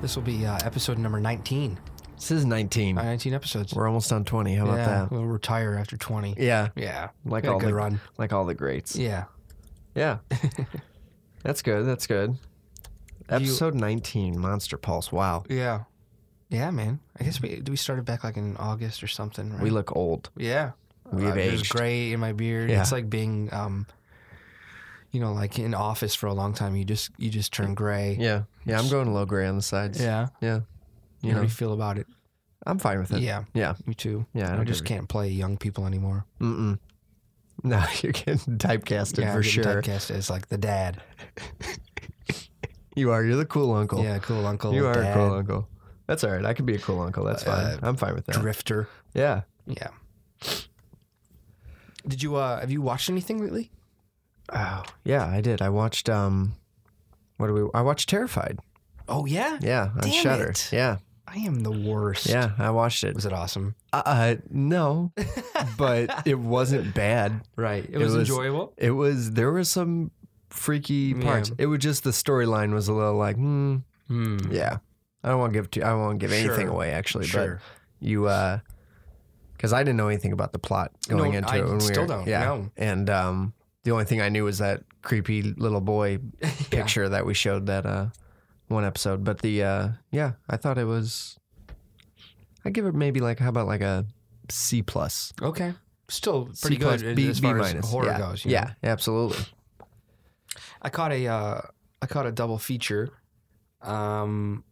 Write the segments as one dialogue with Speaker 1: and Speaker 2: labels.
Speaker 1: This will be uh, episode number 19.
Speaker 2: This is 19.
Speaker 1: Uh, 19 episodes.
Speaker 2: We're almost on 20. How about
Speaker 1: yeah,
Speaker 2: that?
Speaker 1: We'll retire after 20.
Speaker 2: Yeah.
Speaker 1: Yeah.
Speaker 2: Like
Speaker 1: We had
Speaker 2: all
Speaker 1: a good
Speaker 2: the
Speaker 1: run.
Speaker 2: like all the greats.
Speaker 1: Yeah.
Speaker 2: Yeah. that's good. That's good. Episode 19, Monster Pulse. Wow.
Speaker 1: Yeah. Yeah, man. I guess we we started back like in August or something, right?
Speaker 2: We look old.
Speaker 1: yeah.
Speaker 2: We've
Speaker 1: Uh, There's
Speaker 2: aged.
Speaker 1: gray in my beard.
Speaker 2: Yeah.
Speaker 1: It's like being um you know, like in office for a long time, you just you just turn gray.
Speaker 2: Yeah. Yeah, I'm going low gray on the sides.
Speaker 1: Yeah.
Speaker 2: Yeah. You
Speaker 1: How do
Speaker 2: know,
Speaker 1: you feel about it?
Speaker 2: I'm fine with it.
Speaker 1: Yeah.
Speaker 2: Yeah.
Speaker 1: Me too.
Speaker 2: Yeah, I
Speaker 1: I,
Speaker 2: don't
Speaker 1: just
Speaker 2: think-
Speaker 1: can't play young people anymore.
Speaker 2: Mm-mm. No, you're getting typecasted
Speaker 1: yeah, I'm getting
Speaker 2: for sure.
Speaker 1: typecast as like the dad.
Speaker 2: You are. You're the cool uncle.
Speaker 1: Yeah, cool uncle.
Speaker 2: You are
Speaker 1: dad,
Speaker 2: a cool uncle. That's all right. I can be a cool uncle. That's fine.
Speaker 1: Uh,
Speaker 2: I'm fine with that.
Speaker 1: drifter.
Speaker 2: yeah.
Speaker 1: Yeah. Did you uh have you watched anything lately?
Speaker 2: Oh, yeah, I did. I watched um what do we I watched Terrified.
Speaker 1: Oh yeah.
Speaker 2: Yeah, on
Speaker 1: Damn
Speaker 2: Shudder.
Speaker 1: it.
Speaker 2: Yeah.
Speaker 1: I am the worst.
Speaker 2: Yeah, I watched it.
Speaker 1: Was it awesome?
Speaker 2: Uh, uh no, but it wasn't bad.
Speaker 1: Right. It,
Speaker 2: It was-
Speaker 1: enjoyable.
Speaker 2: It was there were some freaky parts.
Speaker 1: Yeah.
Speaker 2: It was just the storyline was a little like, hmm,
Speaker 1: Hmm.
Speaker 2: yeah. I don't want to give too, I won't give anything
Speaker 1: Sure.
Speaker 2: away actually,
Speaker 1: Sure.
Speaker 2: but you uh cuz I didn't know anything about the plot going
Speaker 1: No,
Speaker 2: into
Speaker 1: I
Speaker 2: it when we
Speaker 1: still
Speaker 2: were,
Speaker 1: don't,
Speaker 2: yeah.
Speaker 1: no.
Speaker 2: And um the only thing I knew was that creepy little boy picture that we showed that uh one episode but the uh yeah i thought it was i give it maybe like how about like a c plus
Speaker 1: Okay. Still
Speaker 2: C
Speaker 1: pretty
Speaker 2: plus,
Speaker 1: good
Speaker 2: b,
Speaker 1: as
Speaker 2: B
Speaker 1: far
Speaker 2: minus
Speaker 1: as horror
Speaker 2: yeah.
Speaker 1: goes. you know?
Speaker 2: yeah absolutely
Speaker 1: I caught a uh, I caught a double feature, um,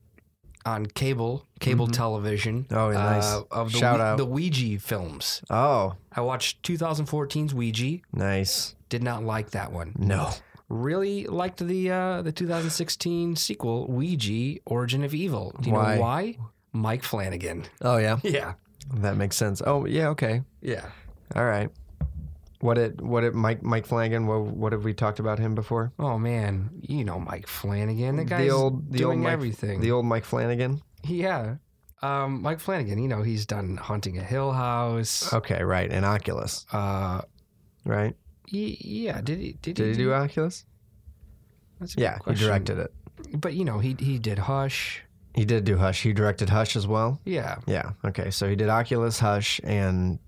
Speaker 1: on cable cable
Speaker 2: Mhm.
Speaker 1: television.
Speaker 2: Oh, yeah, nice.
Speaker 1: Uh, of the
Speaker 2: Shout
Speaker 1: Ouija-
Speaker 2: out.
Speaker 1: the Ouija films.
Speaker 2: oh
Speaker 1: I watched 2014's Ouija.
Speaker 2: nice
Speaker 1: Did not like that one.
Speaker 2: no
Speaker 1: Really liked the uh, the 2016 sequel Ouija: Origin of Evil. Do you
Speaker 2: Why?
Speaker 1: know why? Mike Flanagan.
Speaker 2: oh yeah
Speaker 1: Yeah.
Speaker 2: that makes sense oh yeah okay
Speaker 1: Yeah.
Speaker 2: all right what it what it mike mike flanagan what, what have we talked about him before
Speaker 1: Oh man, you know Mike Flanagan. The guy's
Speaker 2: old- the old
Speaker 1: doing
Speaker 2: Mike-
Speaker 1: everything.
Speaker 2: the old mike flanagan
Speaker 1: yeah. Um, Mike Flanagan, you know, he's done Haunting a Hill House.
Speaker 2: okay right and oculus
Speaker 1: Uh,
Speaker 2: right
Speaker 1: y- yeah, did he? Did,
Speaker 2: did he do oculus
Speaker 1: That's a good
Speaker 2: yeah he
Speaker 1: question.
Speaker 2: directed it
Speaker 1: But you know, he he did Hush.
Speaker 2: he did do hush he directed hush as well
Speaker 1: Yeah,
Speaker 2: Yeah. Okay. So he did Oculus, Hush, and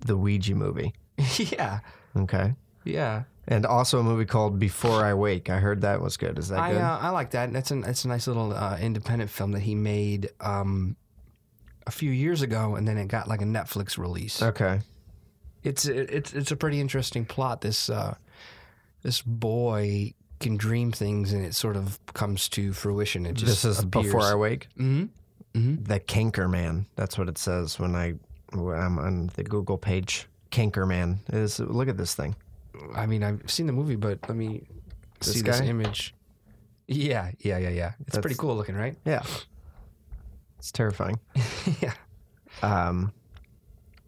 Speaker 2: the Ouija movie.
Speaker 1: yeah,
Speaker 2: Okay.
Speaker 1: yeah.
Speaker 2: And also a movie called Before I Wake. I heard that was good. Is that
Speaker 1: I
Speaker 2: good?
Speaker 1: uh, I like that. That's an that's a nice little uh, independent film that he made um, a few years ago, and then it got like a Netflix release.
Speaker 2: okay.
Speaker 1: it's it's it's a pretty interesting plot. This uh, this boy can dream things, and it sort of comes to fruition. It just
Speaker 2: This is
Speaker 1: appears.
Speaker 2: Before I Wake.
Speaker 1: Mhm.
Speaker 2: The Canker Man. That's what it says when I when I'm on the Google page. Canker Man is. Look at this thing.
Speaker 1: I mean, I've seen the movie, but let me
Speaker 2: This
Speaker 1: see this
Speaker 2: guy?
Speaker 1: image. Yeah, yeah, yeah, yeah. It's
Speaker 2: That's-
Speaker 1: pretty cool looking, right?
Speaker 2: Yeah. It's terrifying.
Speaker 1: yeah.
Speaker 2: Um.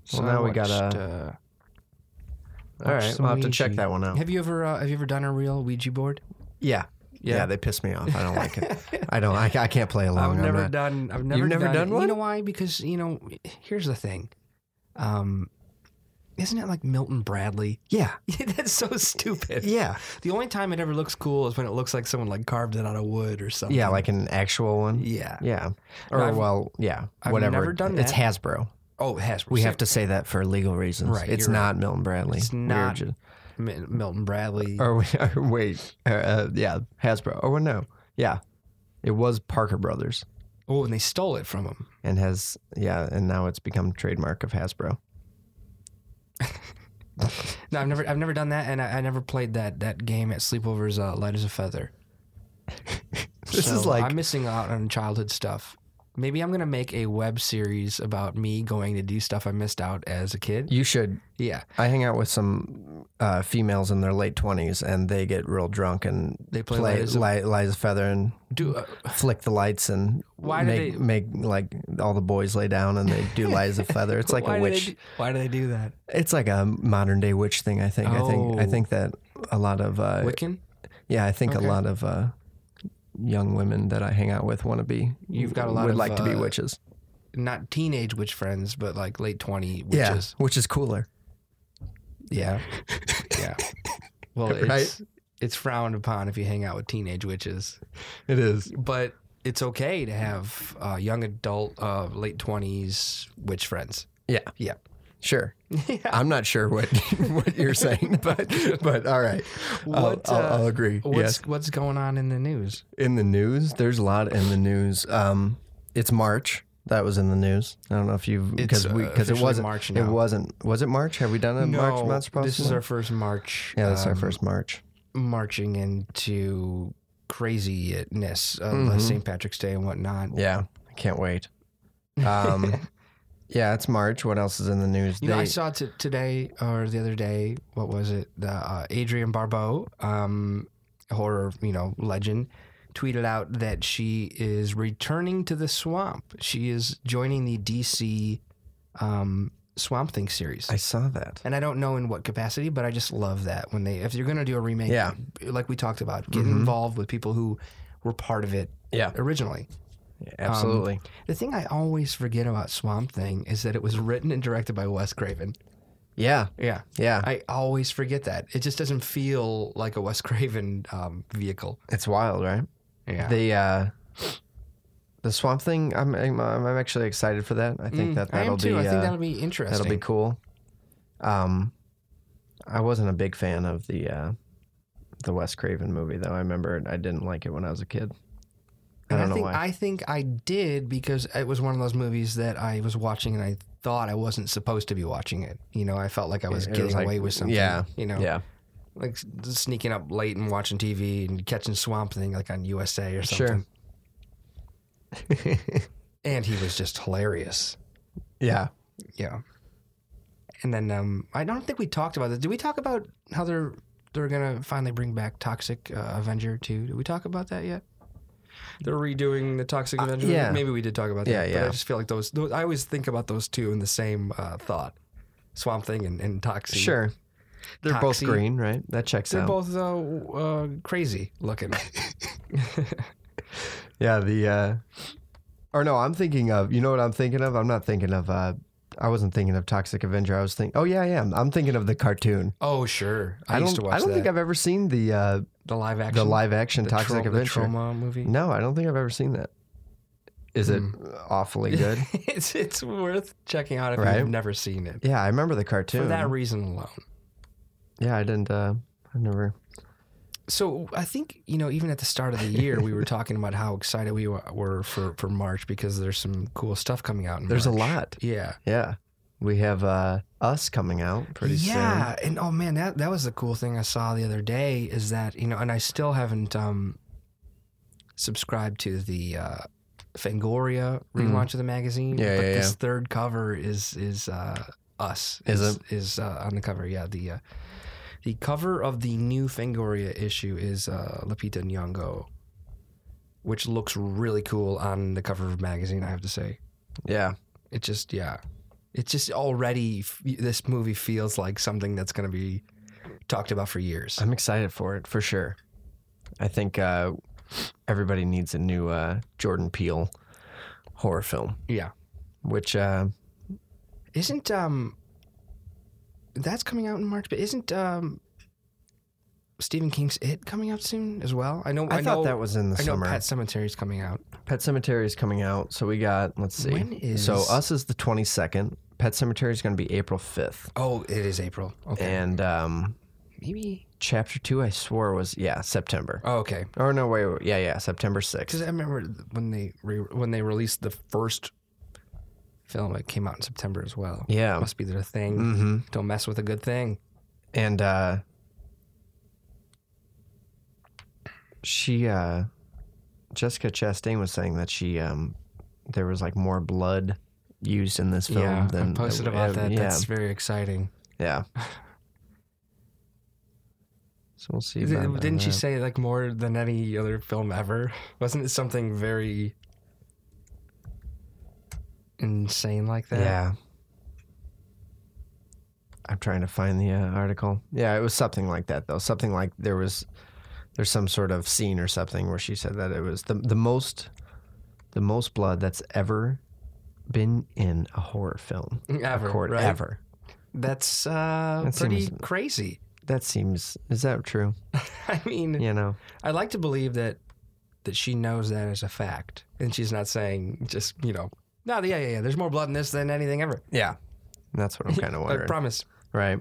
Speaker 1: So
Speaker 2: now
Speaker 1: I
Speaker 2: we gotta-
Speaker 1: uh,
Speaker 2: All
Speaker 1: Watch
Speaker 2: right.
Speaker 1: some
Speaker 2: We'll have to
Speaker 1: Ouija.
Speaker 2: check that one out.
Speaker 1: have you ever uh, have you ever done a real Ouija board?
Speaker 2: Yeah.
Speaker 1: Yeah.
Speaker 2: Yeah. they piss me off. I don't like it. I don't. I, I can't play along.
Speaker 1: I've
Speaker 2: I'm
Speaker 1: never
Speaker 2: not-
Speaker 1: done. I've never.
Speaker 2: never done
Speaker 1: it.
Speaker 2: one?
Speaker 1: You know why? Because you know, here's the thing. Um, isn't it like Milton Bradley?
Speaker 2: Yeah.
Speaker 1: That's so stupid.
Speaker 2: Yeah.
Speaker 1: The only time it ever looks cool is when it looks like someone like carved it out of wood or something.
Speaker 2: Yeah. Like an actual one.
Speaker 1: yeah.
Speaker 2: Yeah.
Speaker 1: No,
Speaker 2: Or
Speaker 1: I've-
Speaker 2: well, yeah,
Speaker 1: I've
Speaker 2: whatever.
Speaker 1: never done
Speaker 2: it's
Speaker 1: that.
Speaker 2: Hasbro.
Speaker 1: Oh, it has.
Speaker 2: We have to say that for legal reasons.
Speaker 1: Right,
Speaker 2: It's
Speaker 1: you're right.
Speaker 2: not Milton Bradley.
Speaker 1: It's
Speaker 2: We were
Speaker 1: not-
Speaker 2: ju-
Speaker 1: Mi- Milton Bradley.
Speaker 2: or, we- or wait, uh, uh, yeah, Hasbro. Oh well, no, yeah, it was Parker Brothers,
Speaker 1: oh, and they stole it from him.
Speaker 2: and has yeah, and now it's become trademark of Hasbro.
Speaker 1: No, I've never. I've never done that, and I, I never played that that game at sleepovers. Uh, Light as a feather.
Speaker 2: This
Speaker 1: So
Speaker 2: is like
Speaker 1: I'm missing out on childhood stuff. Maybe I'm gonna make a web series about me going to do stuff I missed out as a kid.
Speaker 2: you should.
Speaker 1: Yeah,
Speaker 2: I hang out with some uh, females in their late twenties, and they get real drunk and
Speaker 1: They play Light as a-
Speaker 2: li- light as a feather and
Speaker 1: do uh,
Speaker 2: flick the lights and
Speaker 1: Why do
Speaker 2: make
Speaker 1: they-
Speaker 2: make like all the boys lay down and they do light as a feather. It's like
Speaker 1: why
Speaker 2: a
Speaker 1: do they
Speaker 2: witch.
Speaker 1: do- why do they do that?
Speaker 2: It's like a modern day witch thing. I think. I think. I
Speaker 1: Oh.
Speaker 2: think that a lot of uh,
Speaker 1: Wiccan.
Speaker 2: yeah, I think
Speaker 1: Okay.
Speaker 2: a lot of uh, young women that I hang out with want to be.
Speaker 1: You've got a lot
Speaker 2: would
Speaker 1: of,
Speaker 2: like to be
Speaker 1: uh,
Speaker 2: witches.
Speaker 1: not teenage witch friends, but like late twenty
Speaker 2: Yeah,
Speaker 1: witches.
Speaker 2: which is cooler.
Speaker 1: Yeah, yeah. Well,
Speaker 2: Right?
Speaker 1: it's it's frowned upon if you hang out with teenage witches,
Speaker 2: It is.
Speaker 1: but it's okay to have uh, young adult, uh, late twenties witch friends.
Speaker 2: Yeah.
Speaker 1: Yeah.
Speaker 2: Sure. I'm not sure what what you're saying, but but all right.
Speaker 1: What,
Speaker 2: I'll, I'll,
Speaker 1: uh,
Speaker 2: I'll agree.
Speaker 1: What's
Speaker 2: yes.
Speaker 1: what's going on in the news?
Speaker 2: In the news, there's a lot in the news. Um, it's March. That was in the news. I don't know if you've because
Speaker 1: It's,
Speaker 2: we
Speaker 1: uh,
Speaker 2: because it
Speaker 1: officially
Speaker 2: wasn't
Speaker 1: March
Speaker 2: It
Speaker 1: now.
Speaker 2: wasn't. Was it March? Have we done a March Month?
Speaker 1: this is our first March.
Speaker 2: yeah. That's our
Speaker 1: um,
Speaker 2: first March.
Speaker 1: marching into craziness of uh,
Speaker 2: Mhm.
Speaker 1: St. Patrick's Day and whatnot.
Speaker 2: Yeah, I can't wait. Um, yeah, it's March. What else is in the news?
Speaker 1: You know, I
Speaker 2: They-
Speaker 1: saw t- today or the other day. What was it? The uh, Adrian Barbeau, um, horror, you know, legend, tweeted out that she is returning to the swamp. She is joining the DC um, Swamp Thing series.
Speaker 2: I saw that.
Speaker 1: and I don't know in what capacity, but I just love that when they, if you're going to do a remake,
Speaker 2: Yeah.
Speaker 1: like we talked about, get
Speaker 2: Mhm.
Speaker 1: involved with people who were part of it
Speaker 2: Yeah,
Speaker 1: originally.
Speaker 2: Um, absolutely.
Speaker 1: The thing I always forget about Swamp Thing is that it was written and directed by Wes Craven.
Speaker 2: yeah,
Speaker 1: Yeah.
Speaker 2: yeah.
Speaker 1: I always forget that. It just doesn't feel like a Wes Craven um, vehicle.
Speaker 2: it's wild, right?
Speaker 1: Yeah.
Speaker 2: The uh, the swamp thing. I'm, I'm I'm actually excited for that. I think that
Speaker 1: Mm, I
Speaker 2: that'll
Speaker 1: am too.
Speaker 2: be
Speaker 1: I think
Speaker 2: uh,
Speaker 1: that'll be interesting.
Speaker 2: that'll be cool. Um, I wasn't a big fan of the uh, the Wes Craven movie though. I remember I didn't like it when I was a kid. I
Speaker 1: And
Speaker 2: don't know
Speaker 1: think,
Speaker 2: why.
Speaker 1: I think I did because it was one of those movies that I was watching and I thought I wasn't supposed to be watching it. You know, I felt like I was
Speaker 2: It was
Speaker 1: getting
Speaker 2: like-
Speaker 1: away with something.
Speaker 2: yeah,
Speaker 1: You know,
Speaker 2: yeah,
Speaker 1: like s- sneaking up late and watching TV and catching Swamp Thing like on USA or
Speaker 2: Sure.
Speaker 1: something. and he was just hilarious.
Speaker 2: yeah.
Speaker 1: Yeah. And then um, I don't think we talked about this. Did we talk about how they're they're gonna finally bring back Toxic uh, Avenger two? Did we talk about that yet? Uh, They're redoing the Toxic Avenger.
Speaker 2: yeah.
Speaker 1: Maybe we did talk about that.
Speaker 2: Yeah,
Speaker 1: But
Speaker 2: yeah.
Speaker 1: I just feel like those, those. I always think about those two in the same uh, thought. Swamp Thing and, and Toxic.
Speaker 2: Sure. They're
Speaker 1: Toxie.
Speaker 2: both green, right? That checks
Speaker 1: They're
Speaker 2: out.
Speaker 1: both uh, uh, crazy looking.
Speaker 2: yeah, the uh or no, I'm thinking of you know what I'm thinking of? I'm not thinking of uh I wasn't thinking of Toxic Avenger. I was thinking Oh yeah, yeah. I'm thinking of the cartoon.
Speaker 1: oh sure, I,
Speaker 2: don't
Speaker 1: used to watch
Speaker 2: I don't
Speaker 1: that.
Speaker 2: think I've ever seen the uh
Speaker 1: the live action,
Speaker 2: the live action
Speaker 1: the
Speaker 2: Toxic
Speaker 1: tra- the
Speaker 2: Avenger.
Speaker 1: trauma movie. Hmm.
Speaker 2: no, I don't think I've ever seen that. Is it awfully good?
Speaker 1: it's it's worth checking out if
Speaker 2: Right.
Speaker 1: you've never seen it.
Speaker 2: yeah, I remember the
Speaker 1: For
Speaker 2: cartoon.
Speaker 1: that reason alone.
Speaker 2: yeah, I didn't uh I never
Speaker 1: So I think you know, even at the start of the year, we were talking about how excited we wa- were for for March because there's some cool stuff coming out. In
Speaker 2: There's a
Speaker 1: March.
Speaker 2: lot.
Speaker 1: Yeah.
Speaker 2: Yeah. We have uh Us coming out pretty soon.
Speaker 1: yeah, and oh man, that that was the cool thing I saw the other day is that you know, and I still haven't um, subscribed to the uh, Fangoria relaunch of the magazine.
Speaker 2: Hmm. Yeah,
Speaker 1: but
Speaker 2: yeah,
Speaker 1: this third cover is is uh, us.
Speaker 2: Is
Speaker 1: is uh, on the cover? Yeah, the uh, the cover of the new Fangoria issue is uh, Lupita Nyong'o, which looks really cool on the cover of a magazine. I have to say.
Speaker 2: Yeah.
Speaker 1: It just, yeah. It's just already, f- this movie feels like something that's going to be talked about for years.
Speaker 2: I'm excited for it for sure. I think uh, everybody needs a new uh, Jordan Peele horror film,
Speaker 1: Yeah.
Speaker 2: which uh,
Speaker 1: Isn't, um, that's coming out in March, but isn't, um, Stephen King's It coming out soon as well? I know,
Speaker 2: I,
Speaker 1: I,
Speaker 2: thought
Speaker 1: know,
Speaker 2: that was in the
Speaker 1: I know
Speaker 2: summer.
Speaker 1: Pet
Speaker 2: Pet,
Speaker 1: Cemetery is coming out.
Speaker 2: Cemetery is coming out, so we got let's see.
Speaker 1: When is-
Speaker 2: So Us is the 22nd. Pet Cemetery is going to be April 5th,
Speaker 1: Oh, it is April. Okay.
Speaker 2: and um,
Speaker 1: Maybe.
Speaker 2: Chapter Two I swore was yeah September.
Speaker 1: Oh, okay.
Speaker 2: Or no, wait, wait, yeah, yeah, September 6th.
Speaker 1: Because I remember when they re- when they released the first film, it came out in September as well.
Speaker 2: Yeah.
Speaker 1: Must be their thing.
Speaker 2: Mm-hmm.
Speaker 1: Don't mess with a good thing.
Speaker 2: and uh she uh Jessica Chastain was saying that she um there was like more blood used in this film
Speaker 1: yeah,
Speaker 2: than
Speaker 1: I posted about
Speaker 2: uh,
Speaker 1: that.
Speaker 2: yeah
Speaker 1: That's very exciting.
Speaker 2: yeah so we'll see about
Speaker 1: Didn't
Speaker 2: that.
Speaker 1: she say like more than any other film ever? Wasn't it something very insane like that?
Speaker 2: yeah I'm trying to find the uh, article yeah it was something like that though something like there was there's some sort of scene or something where she said that it was the the most the most blood that's ever been in a horror film
Speaker 1: ever.
Speaker 2: record
Speaker 1: right?
Speaker 2: ever.
Speaker 1: That's uh,
Speaker 2: That
Speaker 1: pretty
Speaker 2: seems-
Speaker 1: crazy.
Speaker 2: That seems is that true?
Speaker 1: I mean,
Speaker 2: You know,
Speaker 1: I'd like to believe that that she knows that as a fact, and she's not saying just you know, no, yeah, yeah, yeah. There's more blood in this than anything ever.
Speaker 2: Yeah. That's what I'm kind of
Speaker 1: I
Speaker 2: wondering.
Speaker 1: promise.
Speaker 2: right.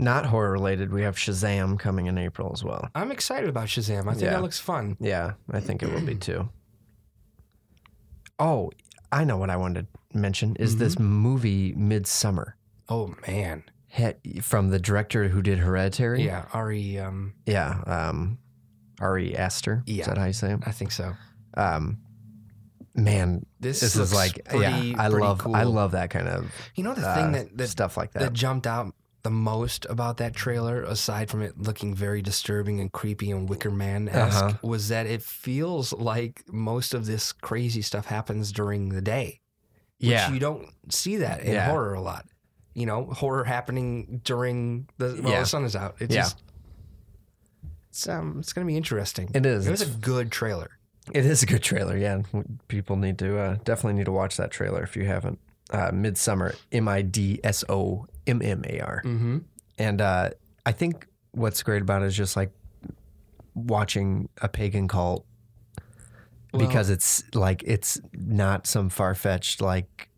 Speaker 2: Not horror related. We have Shazam coming in April as well.
Speaker 1: I'm excited about Shazam. I think
Speaker 2: Yeah.
Speaker 1: that looks fun.
Speaker 2: Yeah, I think it will be too. Oh, I know what I wanted to mention is
Speaker 1: Mm-hmm.
Speaker 2: this movie Midsummer
Speaker 1: Oh man,
Speaker 2: he- from the director who did Hereditary.
Speaker 1: yeah. Ari, um,
Speaker 2: yeah. Um, Ari Aster.
Speaker 1: Yeah.
Speaker 2: Is that how you say it?
Speaker 1: I think so.
Speaker 2: Um, man,
Speaker 1: This,
Speaker 2: this is
Speaker 1: looks
Speaker 2: like
Speaker 1: pretty-
Speaker 2: yeah. I
Speaker 1: pretty
Speaker 2: love
Speaker 1: cool.
Speaker 2: I love that kind of
Speaker 1: You know the
Speaker 2: uh,
Speaker 1: thing that that,
Speaker 2: stuff like
Speaker 1: that
Speaker 2: that.
Speaker 1: jumped out the most about that trailer, aside from it looking very disturbing and creepy and Wicker Man esque,
Speaker 2: Uh-huh.
Speaker 1: was that it feels like most of this crazy stuff happens during the day. Which
Speaker 2: yeah.
Speaker 1: you don't see that in
Speaker 2: Yeah.
Speaker 1: horror a lot. You know, horror happening during the while
Speaker 2: Yeah.
Speaker 1: the sun is out. It's
Speaker 2: Yeah.
Speaker 1: just it's um it's gonna be interesting.
Speaker 2: It is.
Speaker 1: It was a
Speaker 2: It's-
Speaker 1: good trailer.
Speaker 2: It is a good trailer. Yeah, people need to uh, definitely need to watch that trailer if you haven't. Uh, Midsummer, M I D S O M M A R,
Speaker 1: Mm-hmm.
Speaker 2: and uh, I think what's great about it is just like watching a pagan cult because it's like it's not some far fetched like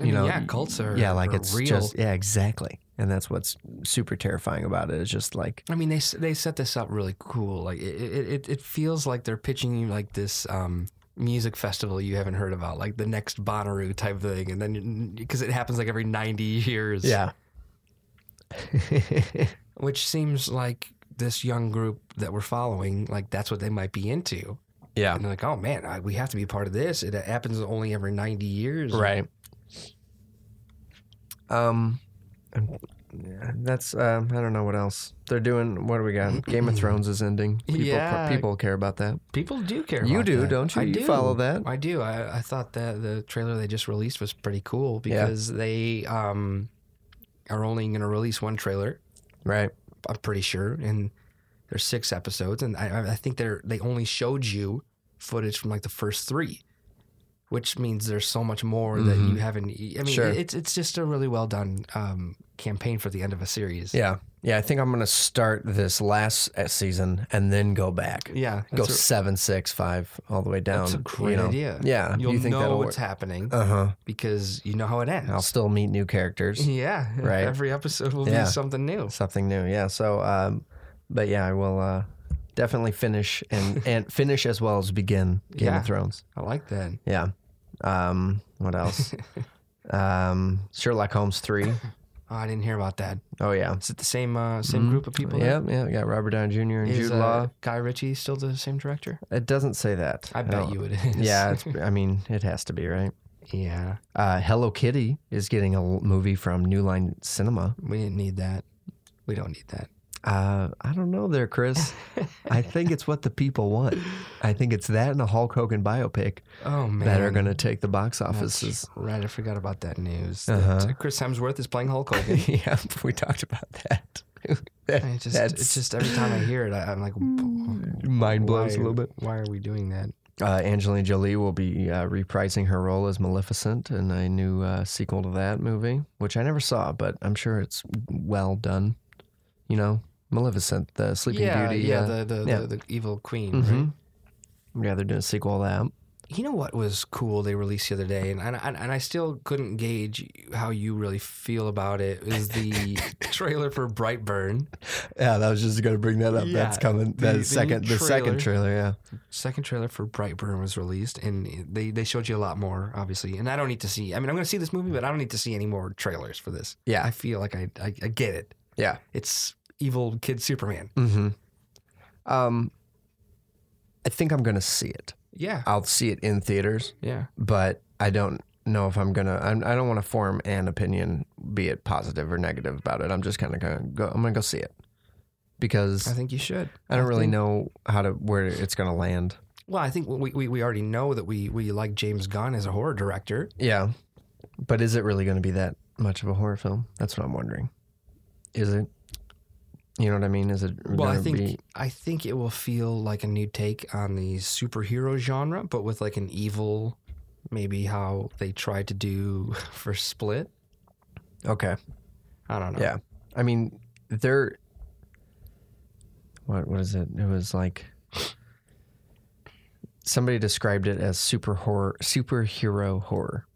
Speaker 1: I
Speaker 2: you
Speaker 1: mean,
Speaker 2: know
Speaker 1: yeah, cults are
Speaker 2: yeah like
Speaker 1: are
Speaker 2: it's
Speaker 1: real.
Speaker 2: just yeah exactly, and that's what's super terrifying about it is just like
Speaker 1: I mean, they s- they set this up really cool. Like it it, it- it feels like they're pitching you like this um, music festival you haven't heard about, like the next Bonnaroo type thing, and then because it happens like every ninety years. which seems like this young group that we're following, like that's what they might be into.
Speaker 2: yeah
Speaker 1: And they're like, oh man, I, we have to be part of this. It happens only every ninety years.
Speaker 2: Right. Um, yeah, that's um, I don't know what else they're doing. What do we got? Game of Thrones is ending. People,
Speaker 1: Yeah.
Speaker 2: people care about that.
Speaker 1: People do care.
Speaker 2: You
Speaker 1: about
Speaker 2: do,
Speaker 1: that.
Speaker 2: don't you?
Speaker 1: I
Speaker 2: You
Speaker 1: do.
Speaker 2: follow that?
Speaker 1: I do. I, I thought that the trailer they just released was pretty cool
Speaker 2: Yeah.
Speaker 1: because they um, are only going to release one trailer.
Speaker 2: Right.
Speaker 1: I'm pretty sure, and there's six episodes, and I, I- I think they're they only showed you footage from like the first three, which means there's so much more that
Speaker 2: Mhm.
Speaker 1: you haven't. e, I mean,
Speaker 2: Sure.
Speaker 1: it's it's just a really well done um, campaign for the end of a series.
Speaker 2: Yeah. Yeah. I think I'm gonna start this last uh, season and then go back.
Speaker 1: yeah,
Speaker 2: Go
Speaker 1: that's a-
Speaker 2: seven, six, five, all the way down.
Speaker 1: that's a, great
Speaker 2: you know.
Speaker 1: idea.
Speaker 2: Yeah.
Speaker 1: You'll
Speaker 2: you think
Speaker 1: know
Speaker 2: that'll
Speaker 1: what's
Speaker 2: work?
Speaker 1: happening
Speaker 2: Uh huh.
Speaker 1: because you know how it ends.
Speaker 2: I'll still meet new characters.
Speaker 1: Yeah.
Speaker 2: Right.
Speaker 1: Every episode will
Speaker 2: Yeah.
Speaker 1: be something new.
Speaker 2: Something new. Yeah. So, um, but yeah, I will uh, definitely finish and and finish as well as begin Game
Speaker 1: Yeah.
Speaker 2: of Thrones.
Speaker 1: I like that.
Speaker 2: Yeah. Um, what else? um, Sherlock Holmes three.
Speaker 1: Oh, I didn't hear about that.
Speaker 2: Oh yeah.
Speaker 1: Is it the same uh, same
Speaker 2: Mhm.
Speaker 1: group of people?
Speaker 2: Yeah, yeah. We got Robert Downey Jr. and
Speaker 1: Is
Speaker 2: Jude
Speaker 1: uh,
Speaker 2: Law.
Speaker 1: Guy Ritchie still the same director?
Speaker 2: It doesn't say that.
Speaker 1: I bet
Speaker 2: don't-
Speaker 1: you it is.
Speaker 2: Oh. Yeah. It's, I mean, it has to be right.
Speaker 1: yeah.
Speaker 2: Uh, Hello Kitty is getting a l- movie from New Line Cinema.
Speaker 1: We didn't need that. We don't need that.
Speaker 2: Uh, I don't know there, Chris. I think it's what the people want. I think it's that and a Hulk Hogan biopic
Speaker 1: Oh man.
Speaker 2: that are going to take the box
Speaker 1: That's
Speaker 2: offices.
Speaker 1: Right, I forgot about that news.
Speaker 2: Uh-huh.
Speaker 1: That uh, Chris Hemsworth is playing Hulk Hogan.
Speaker 2: yeah, we talked about that.
Speaker 1: I just,
Speaker 2: That's-
Speaker 1: it's just every time I hear it, I, I'm like,
Speaker 2: Mind blows
Speaker 1: why-
Speaker 2: a little bit.
Speaker 1: Why are we doing that?
Speaker 2: Uh, Angelina Jolie will be uh, reprising her role as Maleficent in a new uh, sequel to that movie, which I never saw, but I'm sure it's well done. You know, Maleficent, the Sleeping
Speaker 1: yeah,
Speaker 2: Beauty.
Speaker 1: yeah,
Speaker 2: uh,
Speaker 1: the the,
Speaker 2: yeah.
Speaker 1: the the evil queen, right?
Speaker 2: mhm. Yeah, they're doing a sequel to that.
Speaker 1: You know what was cool they released the other day, and and, and I still couldn't gauge how you really feel about it. Is the trailer for Brightburn
Speaker 2: Yeah, that was just going to bring that
Speaker 1: up. Yeah, That's coming- the- the the new second- the second
Speaker 2: trailer. Yeah.
Speaker 1: second trailer for Brightburn was released, and they they showed you a lot more, obviously. And I don't need to see. I mean, I'm going to see this movie, but I don't need to see any more trailers for this.
Speaker 2: Yeah.
Speaker 1: I feel like I I, I get it.
Speaker 2: Yeah.
Speaker 1: It's evil kid Superman.
Speaker 2: hmm Um, I think I'm going to see it.
Speaker 1: Yeah,
Speaker 2: I'll see it in theaters.
Speaker 1: yeah.
Speaker 2: but I don't know if I'm gonna. I'm, I don't want to form an opinion, be it positive or negative about it. I'm just kind of gonna go. I'm gonna go see it because
Speaker 1: I
Speaker 2: I,
Speaker 1: think you should.
Speaker 2: don't really
Speaker 1: think-
Speaker 2: know how to where it's gonna land.
Speaker 1: Well, I think we, we, we already know that we we like James Gunn as a horror director.
Speaker 2: Yeah, but is it really gonna be that much of a horror film? That's what I'm wondering. Is it? You know what I mean? Is it?
Speaker 1: Well, I
Speaker 2: gonna
Speaker 1: think
Speaker 2: be-
Speaker 1: I think it will feel like a new take on the superhero genre, but with like an evil, maybe how they tried to do for Split.
Speaker 2: okay.
Speaker 1: I don't know.
Speaker 2: Yeah. I mean, they're. What what is it? It was like somebody described it as super horror, superhero horror,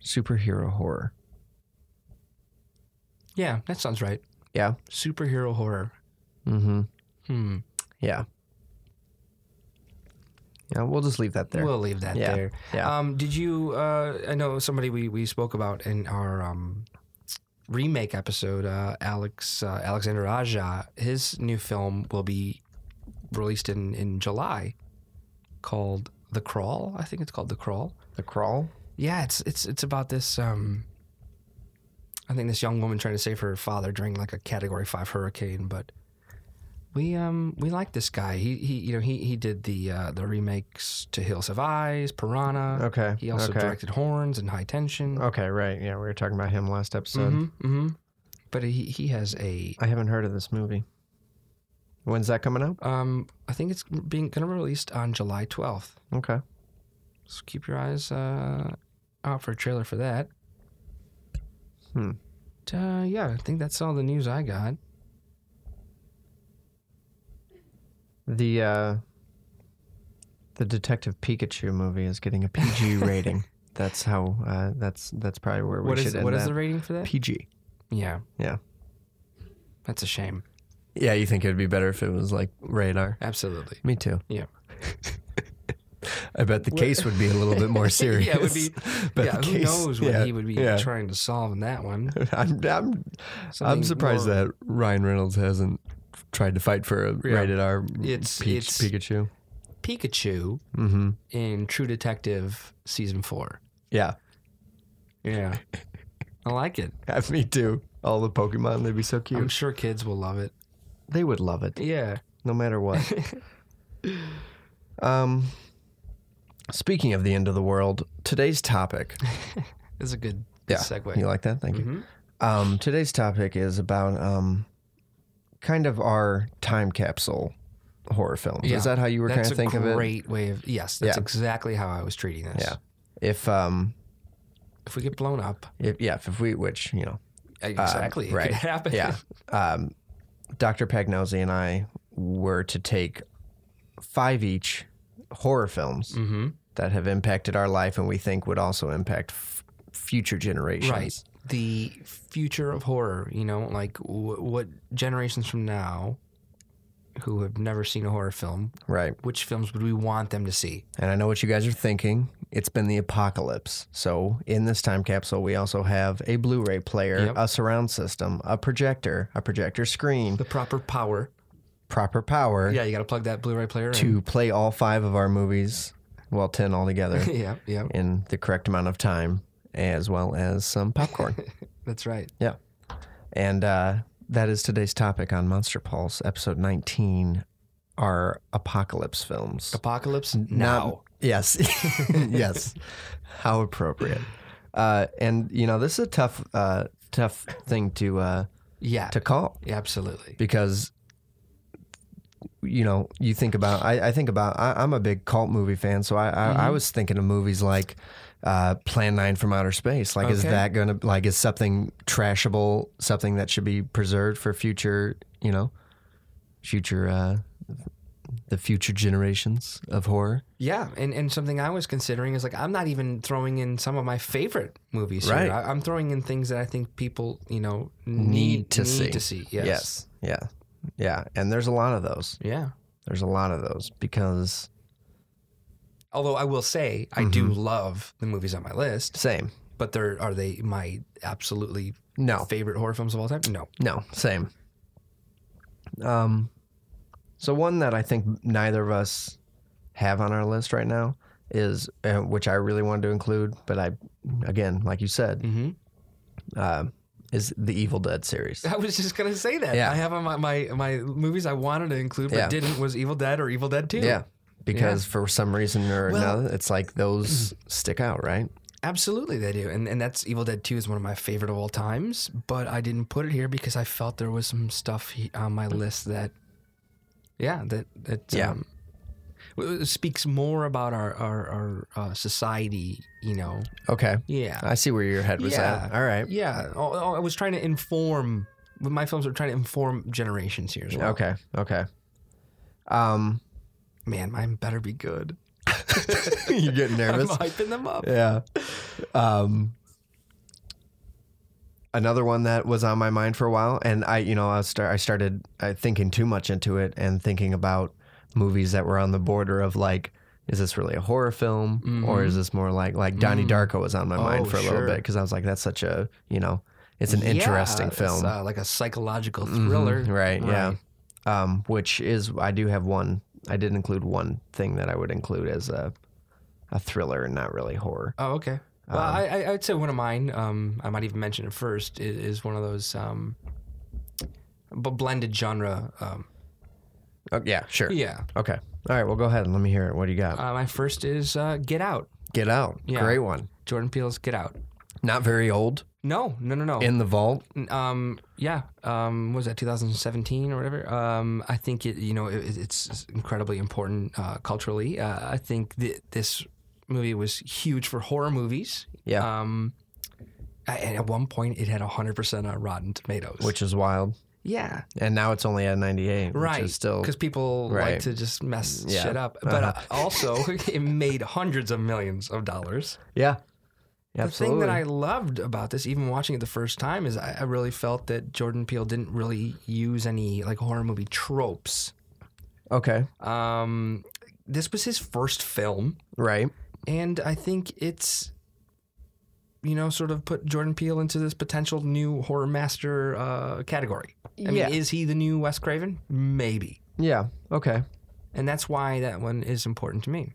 Speaker 2: superhero horror.
Speaker 1: Yeah, that sounds right.
Speaker 2: Yeah.
Speaker 1: Superhero horror.
Speaker 2: Mm-hmm.
Speaker 1: Hmm.
Speaker 2: Yeah. Yeah, we'll just leave that there.
Speaker 1: We'll leave that
Speaker 2: Yeah,
Speaker 1: there.
Speaker 2: yeah.
Speaker 1: Um, did you? Uh, I know somebody we, we spoke about in our um, remake episode. Uh, Alex uh, Alexander Aja. His new film will be released in in July, called The Crawl. I think it's called The Crawl.
Speaker 2: the crawl.
Speaker 1: Yeah, it's it's it's about this. Um, I think this young woman trying to save her father during like a Category Five hurricane, but we um we like this guy. He he you know he he did the uh, the remakes to Hills Have Eyes, Piranha.
Speaker 2: Okay.
Speaker 1: He also
Speaker 2: okay. Oh,
Speaker 1: directed Horns and High Tension.
Speaker 2: Okay, right. Yeah, we were talking about him last episode.
Speaker 1: hmm But he he has a
Speaker 2: I haven't heard of this movie. When's that coming out?
Speaker 1: um I think it's being gonna be released on July twelfth.
Speaker 2: Okay.
Speaker 1: So keep your eyes uh, out for a trailer for that.
Speaker 2: Hmm.
Speaker 1: Uh, yeah, I think that's all the news I got.
Speaker 2: The uh the Detective Pikachu movie is getting a PG rating. That's how uh that's that's probably where we
Speaker 1: What
Speaker 2: should
Speaker 1: is
Speaker 2: end
Speaker 1: what is
Speaker 2: that.
Speaker 1: the rating for that?
Speaker 2: PG.
Speaker 1: Yeah,
Speaker 2: Yeah.
Speaker 1: that's a shame.
Speaker 2: Yeah, you think it'd be better if it was like radar.
Speaker 1: Absolutely.
Speaker 2: Me too.
Speaker 1: Yeah.
Speaker 2: I bet the case would be a little bit more serious.
Speaker 1: yeah, it would be.
Speaker 2: But
Speaker 1: yeah,
Speaker 2: the
Speaker 1: who
Speaker 2: case-
Speaker 1: knows what
Speaker 2: yeah,
Speaker 1: he would be
Speaker 2: yeah.
Speaker 1: trying to solve in that one?
Speaker 2: I'm, I'm, I'm
Speaker 1: Something
Speaker 2: surprised
Speaker 1: more-
Speaker 2: that Ryan Reynolds hasn't tried to fight for a rated R
Speaker 1: It's-
Speaker 2: Peach,
Speaker 1: it's-
Speaker 2: Pikachu.
Speaker 1: Pikachu
Speaker 2: Mm-hmm.
Speaker 1: in True Detective season four.
Speaker 2: Yeah,
Speaker 1: Yeah, I like it.
Speaker 2: me too. All the Pokemon, they'd be so cute.
Speaker 1: I'm sure kids will love it.
Speaker 2: they would love it,
Speaker 1: Yeah.
Speaker 2: no matter what. um, speaking of the end of the world, today's topic.
Speaker 1: It's a good
Speaker 2: Yeah,
Speaker 1: segue.
Speaker 2: You like that? Thank you.
Speaker 1: Mhm.
Speaker 2: Um, today's topic is about um, kind of our time capsule horror films.
Speaker 1: Yeah.
Speaker 2: Is that how you were
Speaker 1: That's
Speaker 2: kind of thinking
Speaker 1: a
Speaker 2: of it?
Speaker 1: great way of yes. That's
Speaker 2: Yeah.
Speaker 1: exactly how I was treating this.
Speaker 2: Yeah. If um,
Speaker 1: If we get blown up, uh,
Speaker 2: if, yeah, if, if we, which you know,
Speaker 1: exactly, it
Speaker 2: Uh, right.
Speaker 1: could happen.
Speaker 2: yeah, um, Dr. Pagnozzi and I were to take five each horror films
Speaker 1: Mm-hmm.
Speaker 2: that have impacted our life and we think would also impact f- future generations.
Speaker 1: Right. The future of horror. You know, like w- what generations from now, who have never seen a horror film,
Speaker 2: Right.
Speaker 1: which films would we want them to see?
Speaker 2: And I know what you guys are thinking. It's been the apocalypse. So, in this time capsule, we also have a Blu ray player,
Speaker 1: Yep.
Speaker 2: a surround system, a projector, a projector screen,
Speaker 1: The proper power.
Speaker 2: proper power
Speaker 1: Yeah, you got to plug that Blu-ray player
Speaker 2: to play all five of our movies, well, 10 altogether,
Speaker 1: in. yeah, yeah,
Speaker 2: in the correct amount of time, as well as some popcorn.
Speaker 1: that's right.
Speaker 2: yeah. And uh, that is today's topic on Monster Pulse, episode 19 our apocalypse films.
Speaker 1: Apocalypse
Speaker 2: Not-
Speaker 1: now.
Speaker 2: yes. yes. How appropriate. Uh, and you know, this is a tough, uh, tough thing to uh,
Speaker 1: Yeah,
Speaker 2: to call
Speaker 1: yeah, absolutely.
Speaker 2: because you know you think about. I, I think about. I, I'm a big cult movie fan, so I, I,
Speaker 1: Mm-hmm.
Speaker 2: I was thinking of movies like uh, Plan Nine from Outer Space. Like, is
Speaker 1: Okay.
Speaker 2: that gonna like is something trashable? Something that should be preserved for future? You know, future. Uh, the future generations of horror.
Speaker 1: Yeah, and, and something I was considering is like I'm not even throwing in some of my favorite movies.
Speaker 2: Right.
Speaker 1: here. I, I'm throwing in things that I think people you know need,
Speaker 2: to
Speaker 1: need
Speaker 2: see.
Speaker 1: To see, yes.
Speaker 2: Yes. Yeah. Yeah. And there's a lot of those.
Speaker 1: yeah.
Speaker 2: There's a lot of those because
Speaker 1: Although I will say I do
Speaker 2: Mm-hmm.
Speaker 1: love the movies on my list,
Speaker 2: same.
Speaker 1: but there are they my absolutely
Speaker 2: No.
Speaker 1: favorite horror films of all time? No.
Speaker 2: No, same. Um so one that I think neither of us have on our list right now is uh, which I really wanted to include, but I again, like you said,
Speaker 1: Mm-hmm.
Speaker 2: uh, is the Evil Dead series.
Speaker 1: I was just gonna say that.
Speaker 2: Yeah.
Speaker 1: I have on my, my my movies I wanted to include but
Speaker 2: Yeah.
Speaker 1: didn't was Evil Dead or Evil Dead Two.
Speaker 2: Yeah. Because for some reason or
Speaker 1: Well-
Speaker 2: another, it's like those stick out, right?
Speaker 1: Absolutely, they do, and and that's Evil Dead Two is one of my favorite of all times. But I didn't put it here because I felt there was some stuff he, on my list that, yeah, that that
Speaker 2: Yeah.
Speaker 1: um, w- w- speaks more about our our, our uh, society. You know,
Speaker 2: Okay.
Speaker 1: yeah,
Speaker 2: I see where your head was at.
Speaker 1: Yeah.
Speaker 2: All right.
Speaker 1: yeah. Oh, oh, I was trying to inform. My films are trying to inform generations here as well.
Speaker 2: Okay. Okay. Um
Speaker 1: Man, mine better be good.
Speaker 2: you get
Speaker 1: I'm
Speaker 2: nervous.
Speaker 1: hyping them up.
Speaker 2: Yeah. Um, another one that was on my mind for a while, and I, you know, I start, I started uh, thinking too much into it and thinking about movies that were on the border of like, is this really a horror film or is this more like like Donnie Darko was on my
Speaker 1: Mm-hmm.
Speaker 2: mind
Speaker 1: Oh,
Speaker 2: for a little
Speaker 1: sure.
Speaker 2: bit because I was like, that's such a, you know, it's an
Speaker 1: Yeah,
Speaker 2: interesting
Speaker 1: it's,
Speaker 2: film. Mm-hmm.
Speaker 1: uh, like a psychological thriller.
Speaker 2: Right, yeah. Um, which is I do have one. I did include one thing that I would include as a a thriller and not really horror.
Speaker 1: Oh, okay. Well,
Speaker 2: Um,
Speaker 1: I, I, I'd say one of mine. Um, I might even mention it first. i- Is, one of those um, b- blended genre. Um,
Speaker 2: Oh, yeah, sure.
Speaker 1: yeah.
Speaker 2: Okay. All right. Well, go ahead and let me hear it. What do you got?
Speaker 1: Uh, my first is uh, Get Out.
Speaker 2: Get Out.
Speaker 1: yeah.
Speaker 2: Great one.
Speaker 1: Jordan Peele's Get Out.
Speaker 2: Not very old.
Speaker 1: No, no, no, no.
Speaker 2: In the vault.
Speaker 1: um, yeah. Um, what was that 2017 or whatever? Um, I think it. You know, it, it's incredibly important uh, culturally. Uh, I think th- this movie was huge for horror movies.
Speaker 2: Yeah.
Speaker 1: Um, I- and at one point, it had 100% on Rotten Tomatoes.
Speaker 2: which is wild.
Speaker 1: yeah,
Speaker 2: And now it's only at 98,
Speaker 1: right.
Speaker 2: which is still.
Speaker 1: because people like
Speaker 2: Right.
Speaker 1: to just mess
Speaker 2: Yeah. Uh-huh.
Speaker 1: shit up. But uh, also, it made hundreds of millions of dollars.
Speaker 2: Yeah.
Speaker 1: The thing
Speaker 2: Absolutely.
Speaker 1: that I loved about this, even watching it the first time, is I, I really felt that Jordan Peele didn't really use any like horror movie tropes.
Speaker 2: okay.
Speaker 1: Um, this was his first film,
Speaker 2: Right.
Speaker 1: and I think it's, you know, sort of put Jordan Peele into this potential new horror master uh, category. I
Speaker 2: Yeah.
Speaker 1: mean, is he the new Wes Craven? Maybe,
Speaker 2: Yeah. Okay.
Speaker 1: and that's why that one is important to me.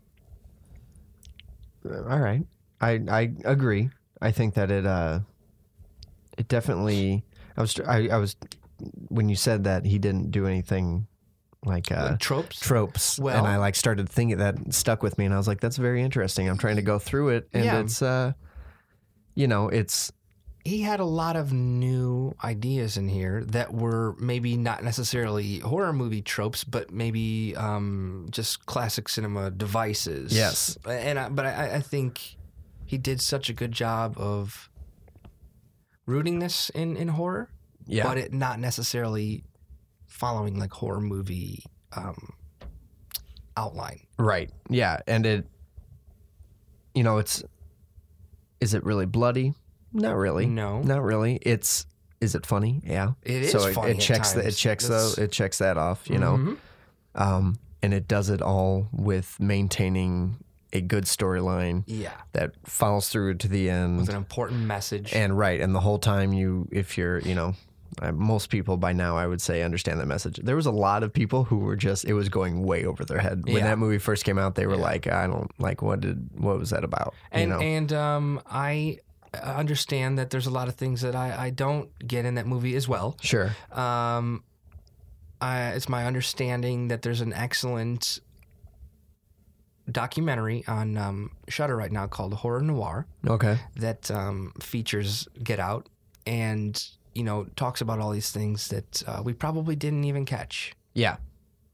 Speaker 2: Uh, All right. I I agree. I think that it uh it definitely I was I, I was when you said that he didn't do anything like uh
Speaker 1: Tropes.
Speaker 2: tropes
Speaker 1: Well-
Speaker 2: and I like started thinking that stuck with me and I was like that's very interesting. I'm trying to go through it and
Speaker 1: Yeah.
Speaker 2: it's uh you know, it's
Speaker 1: he had a lot of new ideas in here that were maybe not necessarily horror movie tropes, but maybe um, just classic cinema devices.
Speaker 2: Yes.
Speaker 1: and I, but I, I think he did such a good job of rooting this in in horror,
Speaker 2: yeah.
Speaker 1: but it not necessarily following like horror movie um, outline.
Speaker 2: right. Yeah, and it you know, it's is it really bloody? Not really.
Speaker 1: No,
Speaker 2: Not really. It's is it funny? Yeah.
Speaker 1: it is
Speaker 2: so it,
Speaker 1: funny
Speaker 2: it
Speaker 1: at
Speaker 2: checks the, it
Speaker 1: times.
Speaker 2: checks
Speaker 1: That's-
Speaker 2: the, it checks that off, you know.
Speaker 1: Mhm.
Speaker 2: Um, and it does it all with maintaining a good storyline
Speaker 1: yeah,
Speaker 2: that follows through to the
Speaker 1: with
Speaker 2: end.
Speaker 1: an important message.
Speaker 2: And right, and the whole time you, if you're, you know, I, most people by now I would say understand that message. There was a lot of people who were just it was going way over their head when
Speaker 1: Yeah.
Speaker 2: that movie first came out. They were like, I don't like what did what was that about?
Speaker 1: and
Speaker 2: you know,
Speaker 1: and um, I understand that there's a lot of things that I, I don't get in that movie as well.
Speaker 2: sure,
Speaker 1: Um, I, it's my understanding that there's an excellent documentary on um, Shutter right now called Horror Noir
Speaker 2: okay,
Speaker 1: that um, features Get Out and you know talks about all these things that uh, we probably didn't even catch.
Speaker 2: yeah,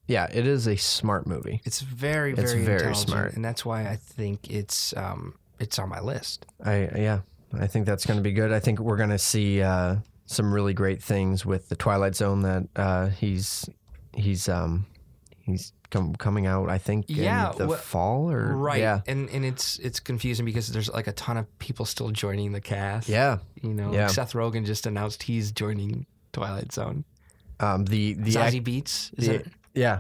Speaker 2: yeah. It is a smart movie.
Speaker 1: It's very
Speaker 2: It's
Speaker 1: very
Speaker 2: very
Speaker 1: intelligent,
Speaker 2: smart.
Speaker 1: and that's why I think it's um, it's on my list.
Speaker 2: I yeah, I think that's going to be good. I think we're going to see uh, some really great things with the Twilight Zone that uh, he's he's um he's com- coming out. I think
Speaker 1: Yeah,
Speaker 2: in the
Speaker 1: wha-
Speaker 2: fall or
Speaker 1: right
Speaker 2: yeah
Speaker 1: and and it's it's confusing because there's like a ton of people still joining the cast
Speaker 2: yeah.
Speaker 1: you know
Speaker 2: Yeah.
Speaker 1: seth rogen just announced he's joining twilight zone
Speaker 2: Um, the the,
Speaker 1: Zazie
Speaker 2: act-
Speaker 1: beats is
Speaker 2: the-
Speaker 1: it
Speaker 2: yeah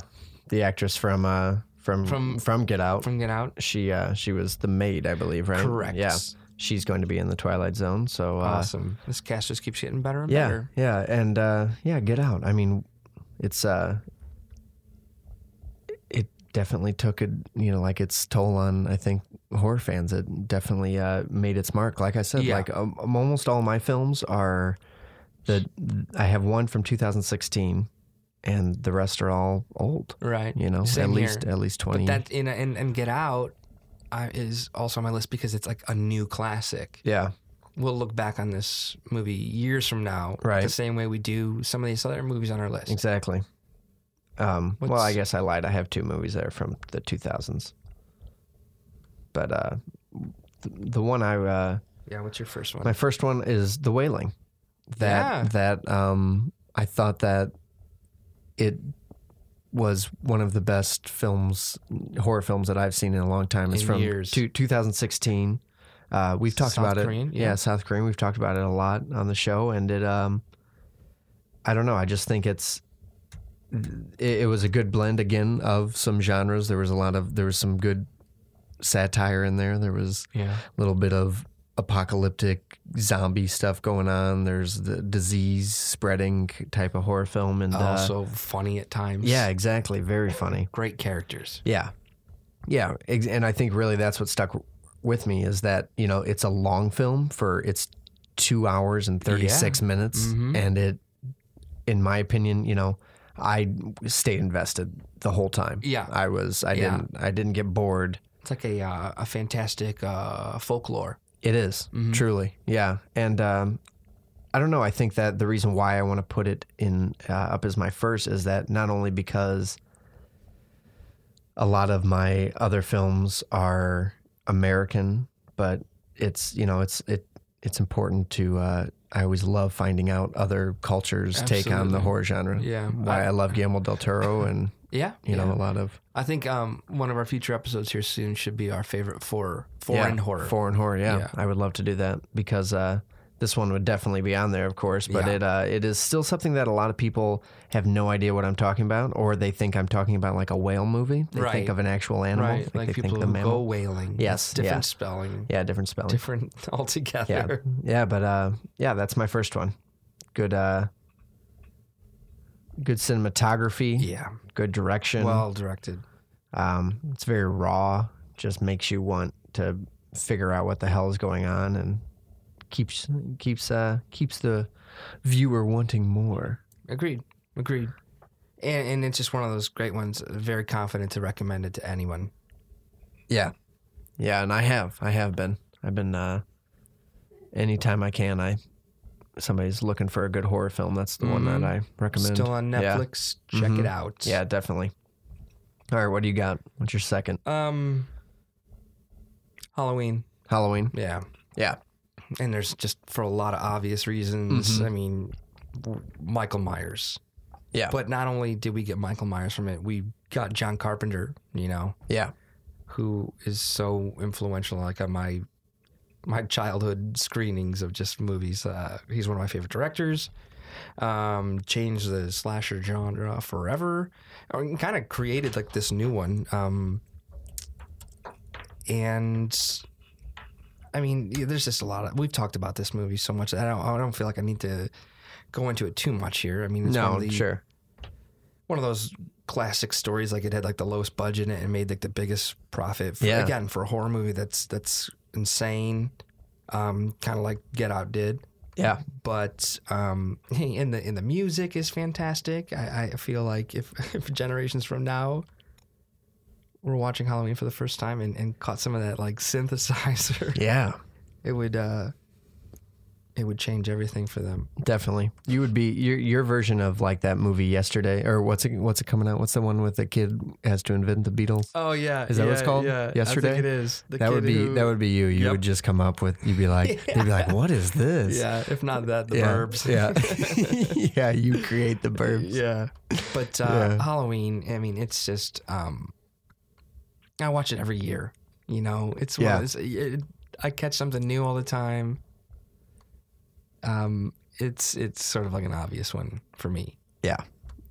Speaker 2: the actress from uh from
Speaker 1: From-
Speaker 2: from from Get Out.
Speaker 1: from get out
Speaker 2: she uh she was the maid, I believe, right?
Speaker 1: correct
Speaker 2: Yeah, she's going to be in the Twilight Zone. So uh,
Speaker 1: awesome this cast just keeps getting better and
Speaker 2: yeah,
Speaker 1: better
Speaker 2: yeah, and uh, yeah, Get Out. I mean, it's uh, it definitely took a you know like its toll on I think horror fans. It definitely uh, made its mark. Like I said,
Speaker 1: Yeah.
Speaker 2: like um, um, almost all my films are the I have one from 2016, and the rest are all old.
Speaker 1: right
Speaker 2: You know,
Speaker 1: Same
Speaker 2: at
Speaker 1: here.
Speaker 2: least at least twenty.
Speaker 1: but that in and and get out I, is also on my list because it's like a new classic.
Speaker 2: yeah,
Speaker 1: We'll look back on this movie years from now,
Speaker 2: Right.
Speaker 1: The same way we do some of these other movies on our list.
Speaker 2: exactly. Um, well,
Speaker 1: What's-
Speaker 2: I guess I lied. I have two movies there from the 2000s. But uh, th- the one I uh,
Speaker 1: Yeah. What's your first one?
Speaker 2: my first one is The Wailing. That
Speaker 1: Yeah.
Speaker 2: that um, I thought that it was one of the best films, horror films that I've seen in a long time. It's
Speaker 1: In
Speaker 2: from
Speaker 1: years.
Speaker 2: two- 2016. Uh, we've talked
Speaker 1: South
Speaker 2: about it.
Speaker 1: Korean, yeah.
Speaker 2: yeah, South Korean. We've talked about it a lot on the show, and it. Um, I don't know. I just think it's. It, it was a good blend again of some genres. There was a lot of there was some good satire in there. There was
Speaker 1: Yeah.
Speaker 2: little bit of apocalyptic zombie stuff going on. There's the disease spreading type of horror film, and uh,
Speaker 1: also funny at times.
Speaker 2: yeah, exactly, very funny.
Speaker 1: Great characters.
Speaker 2: Yeah, yeah, ex- and I think really that's what stuck with me is that you know it's a long film for it's two hours and thirty six minutes,
Speaker 1: Mhm.
Speaker 2: and it, in my opinion, you know, I stayed invested the whole time.
Speaker 1: Yeah.
Speaker 2: I was. I
Speaker 1: Yeah.
Speaker 2: didn't. I didn't get bored.
Speaker 1: It's like a uh, a fantastic uh, folklore.
Speaker 2: It is,
Speaker 1: Mhm.
Speaker 2: truly, yeah. And um, I don't know. I think that the reason why I want to put it in uh, up as my first is that not only because a lot of my other films are American, but it's you know it's it it's important to. Uh, I always love finding out other cultures' take on the
Speaker 1: Absolutely.
Speaker 2: horror genre.
Speaker 1: Yeah.
Speaker 2: why I, love Guillermo del Toro and
Speaker 1: Yeah.
Speaker 2: you
Speaker 1: yeah.
Speaker 2: know a lot of
Speaker 1: I think um, one of our future episodes here soon should be our favorite for foreign
Speaker 2: Yeah,
Speaker 1: horror.
Speaker 2: Foreign horror, yeah.
Speaker 1: Yeah.
Speaker 2: I would love to do that because uh, this one would definitely be on there, of course. But
Speaker 1: Yeah.
Speaker 2: it uh, it is still something that a lot of people have no idea what I'm talking about, or they think I'm talking about like a whale movie. They
Speaker 1: Right.
Speaker 2: think of an actual animal.
Speaker 1: right.
Speaker 2: Like,
Speaker 1: Like,
Speaker 2: they
Speaker 1: people
Speaker 2: think
Speaker 1: who
Speaker 2: the
Speaker 1: go
Speaker 2: mammal.
Speaker 1: whaling.
Speaker 2: Yes,
Speaker 1: Different
Speaker 2: yeah.
Speaker 1: spelling.
Speaker 2: yeah, different spelling.
Speaker 1: Different altogether.
Speaker 2: Yeah, yeah. But uh, yeah, that's my first one. Good. Uh, good cinematography.
Speaker 1: Yeah.
Speaker 2: Good direction.
Speaker 1: Well directed.
Speaker 2: Um, it's very raw. Just makes you want to figure out what the hell is going on, and keeps keeps uh keeps the viewer wanting more.
Speaker 1: Agreed. Agreed. And, and it's just one of those great ones. Very confident to recommend it to anyone.
Speaker 2: Yeah, yeah, and I have I have been I've been uh anytime I can I somebody's looking for a good horror film that's the one
Speaker 1: Mhm.
Speaker 2: that I recommend.
Speaker 1: Still on
Speaker 2: Yeah. Mm-hmm.
Speaker 1: Netflix. Check it out.
Speaker 2: yeah, definitely. All right, what do you got? What's your second
Speaker 1: Um, Halloween.
Speaker 2: Halloween?
Speaker 1: Yeah.
Speaker 2: Yeah,
Speaker 1: And there's just for a lot of obvious reasons.
Speaker 2: Mm-hmm.
Speaker 1: I mean, w- Michael Myers.
Speaker 2: yeah,
Speaker 1: But not only did we get Michael Myers from it, we got John Carpenter, you know,
Speaker 2: yeah,
Speaker 1: who is so influential like on my my childhood screenings of just movies. Uh, he's one of my favorite directors. Um, changed the slasher genre forever. Or kind of created like this new one. Um, and I mean, yeah, there's just a lot of we've talked about this movie so much. that I don't I don't feel like I need to go into it too much here. I mean, it's one
Speaker 2: no,
Speaker 1: of the,
Speaker 2: sure,
Speaker 1: one of those classic stories like it had like the lowest budget in it and made like the biggest profit for,
Speaker 2: Yeah.
Speaker 1: again for a horror movie that's that's insane um kind of like get out did
Speaker 2: yeah,
Speaker 1: but um in the in the music is fantastic i i feel like if, if generations from now were watching halloween for the first time and, and caught some of that like synthesizer
Speaker 2: yeah.
Speaker 1: it would uh it would change everything for them
Speaker 2: Definitely, you would be your your version of like that movie yesterday, or what's it what's it coming out? What's the one with the kid has to invent the Beatles?
Speaker 1: oh yeah
Speaker 2: Is that what it's yeah, called? yeah. I think Yesterday? it
Speaker 1: is the
Speaker 2: that would be that would be you. You
Speaker 1: Yep.
Speaker 2: would just come up with you'd be like they'd be like, what is this?
Speaker 1: Yeah, if not that, the
Speaker 2: yeah,
Speaker 1: verbs.
Speaker 2: yeah, yeah. You create the burbs.
Speaker 1: yeah. But uh,
Speaker 2: Yeah.
Speaker 1: Halloween, I mean, it's just um, I watch it every year. You know, it's
Speaker 2: Yeah.
Speaker 1: yeah. it, I catch something new all the time. Um, it's it's sort of like an obvious one for me.
Speaker 2: Yeah.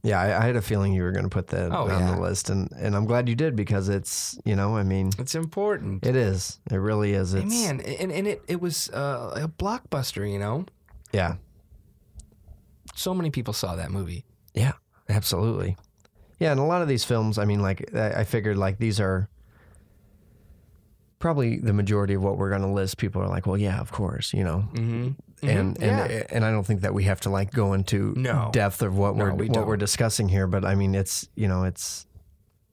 Speaker 2: Yeah, I, I had a feeling you were going to put that
Speaker 1: Oh,
Speaker 2: on
Speaker 1: yeah.
Speaker 2: the list, and, and I'm glad you did because it's you know I mean
Speaker 1: It's important.
Speaker 2: it is it really is it's
Speaker 1: Man, and, and it it was uh, a blockbuster. You know,
Speaker 2: yeah
Speaker 1: so many people saw that movie.
Speaker 2: Yeah, absolutely. Yeah, and a lot of these films, I mean, like I I figured, like these are probably the majority of what we're going to list. People are like, well, yeah, of course, you know,
Speaker 1: Mm-hmm.
Speaker 2: and
Speaker 1: yeah.
Speaker 2: and and I don't think that we have to like go into
Speaker 1: No.
Speaker 2: depth of what
Speaker 1: No,
Speaker 2: we're
Speaker 1: we
Speaker 2: what we're
Speaker 1: don't.
Speaker 2: discussing here, but I mean, it's you know, it's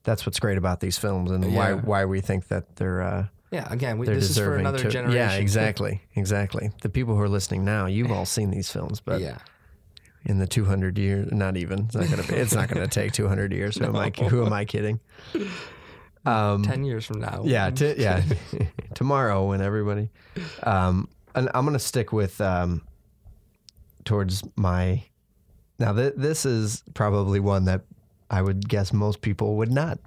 Speaker 2: that's what's great about these films and why
Speaker 1: Yeah.
Speaker 2: why we think that they're. uh
Speaker 1: yeah, again, we,
Speaker 2: they're
Speaker 1: this is for
Speaker 2: deserving
Speaker 1: another
Speaker 2: to,
Speaker 1: generation.
Speaker 2: Yeah, exactly, exactly. The people who are listening now, you've all seen these films, but
Speaker 1: yeah,
Speaker 2: in the 200 years not even it's not gonna be it's not gonna take 200 years who am i who am i kidding um
Speaker 1: ten years from now.
Speaker 2: yeah t- yeah tomorrow when everybody um and i'm gonna stick with um towards my now th- this is probably one that I would guess most people would not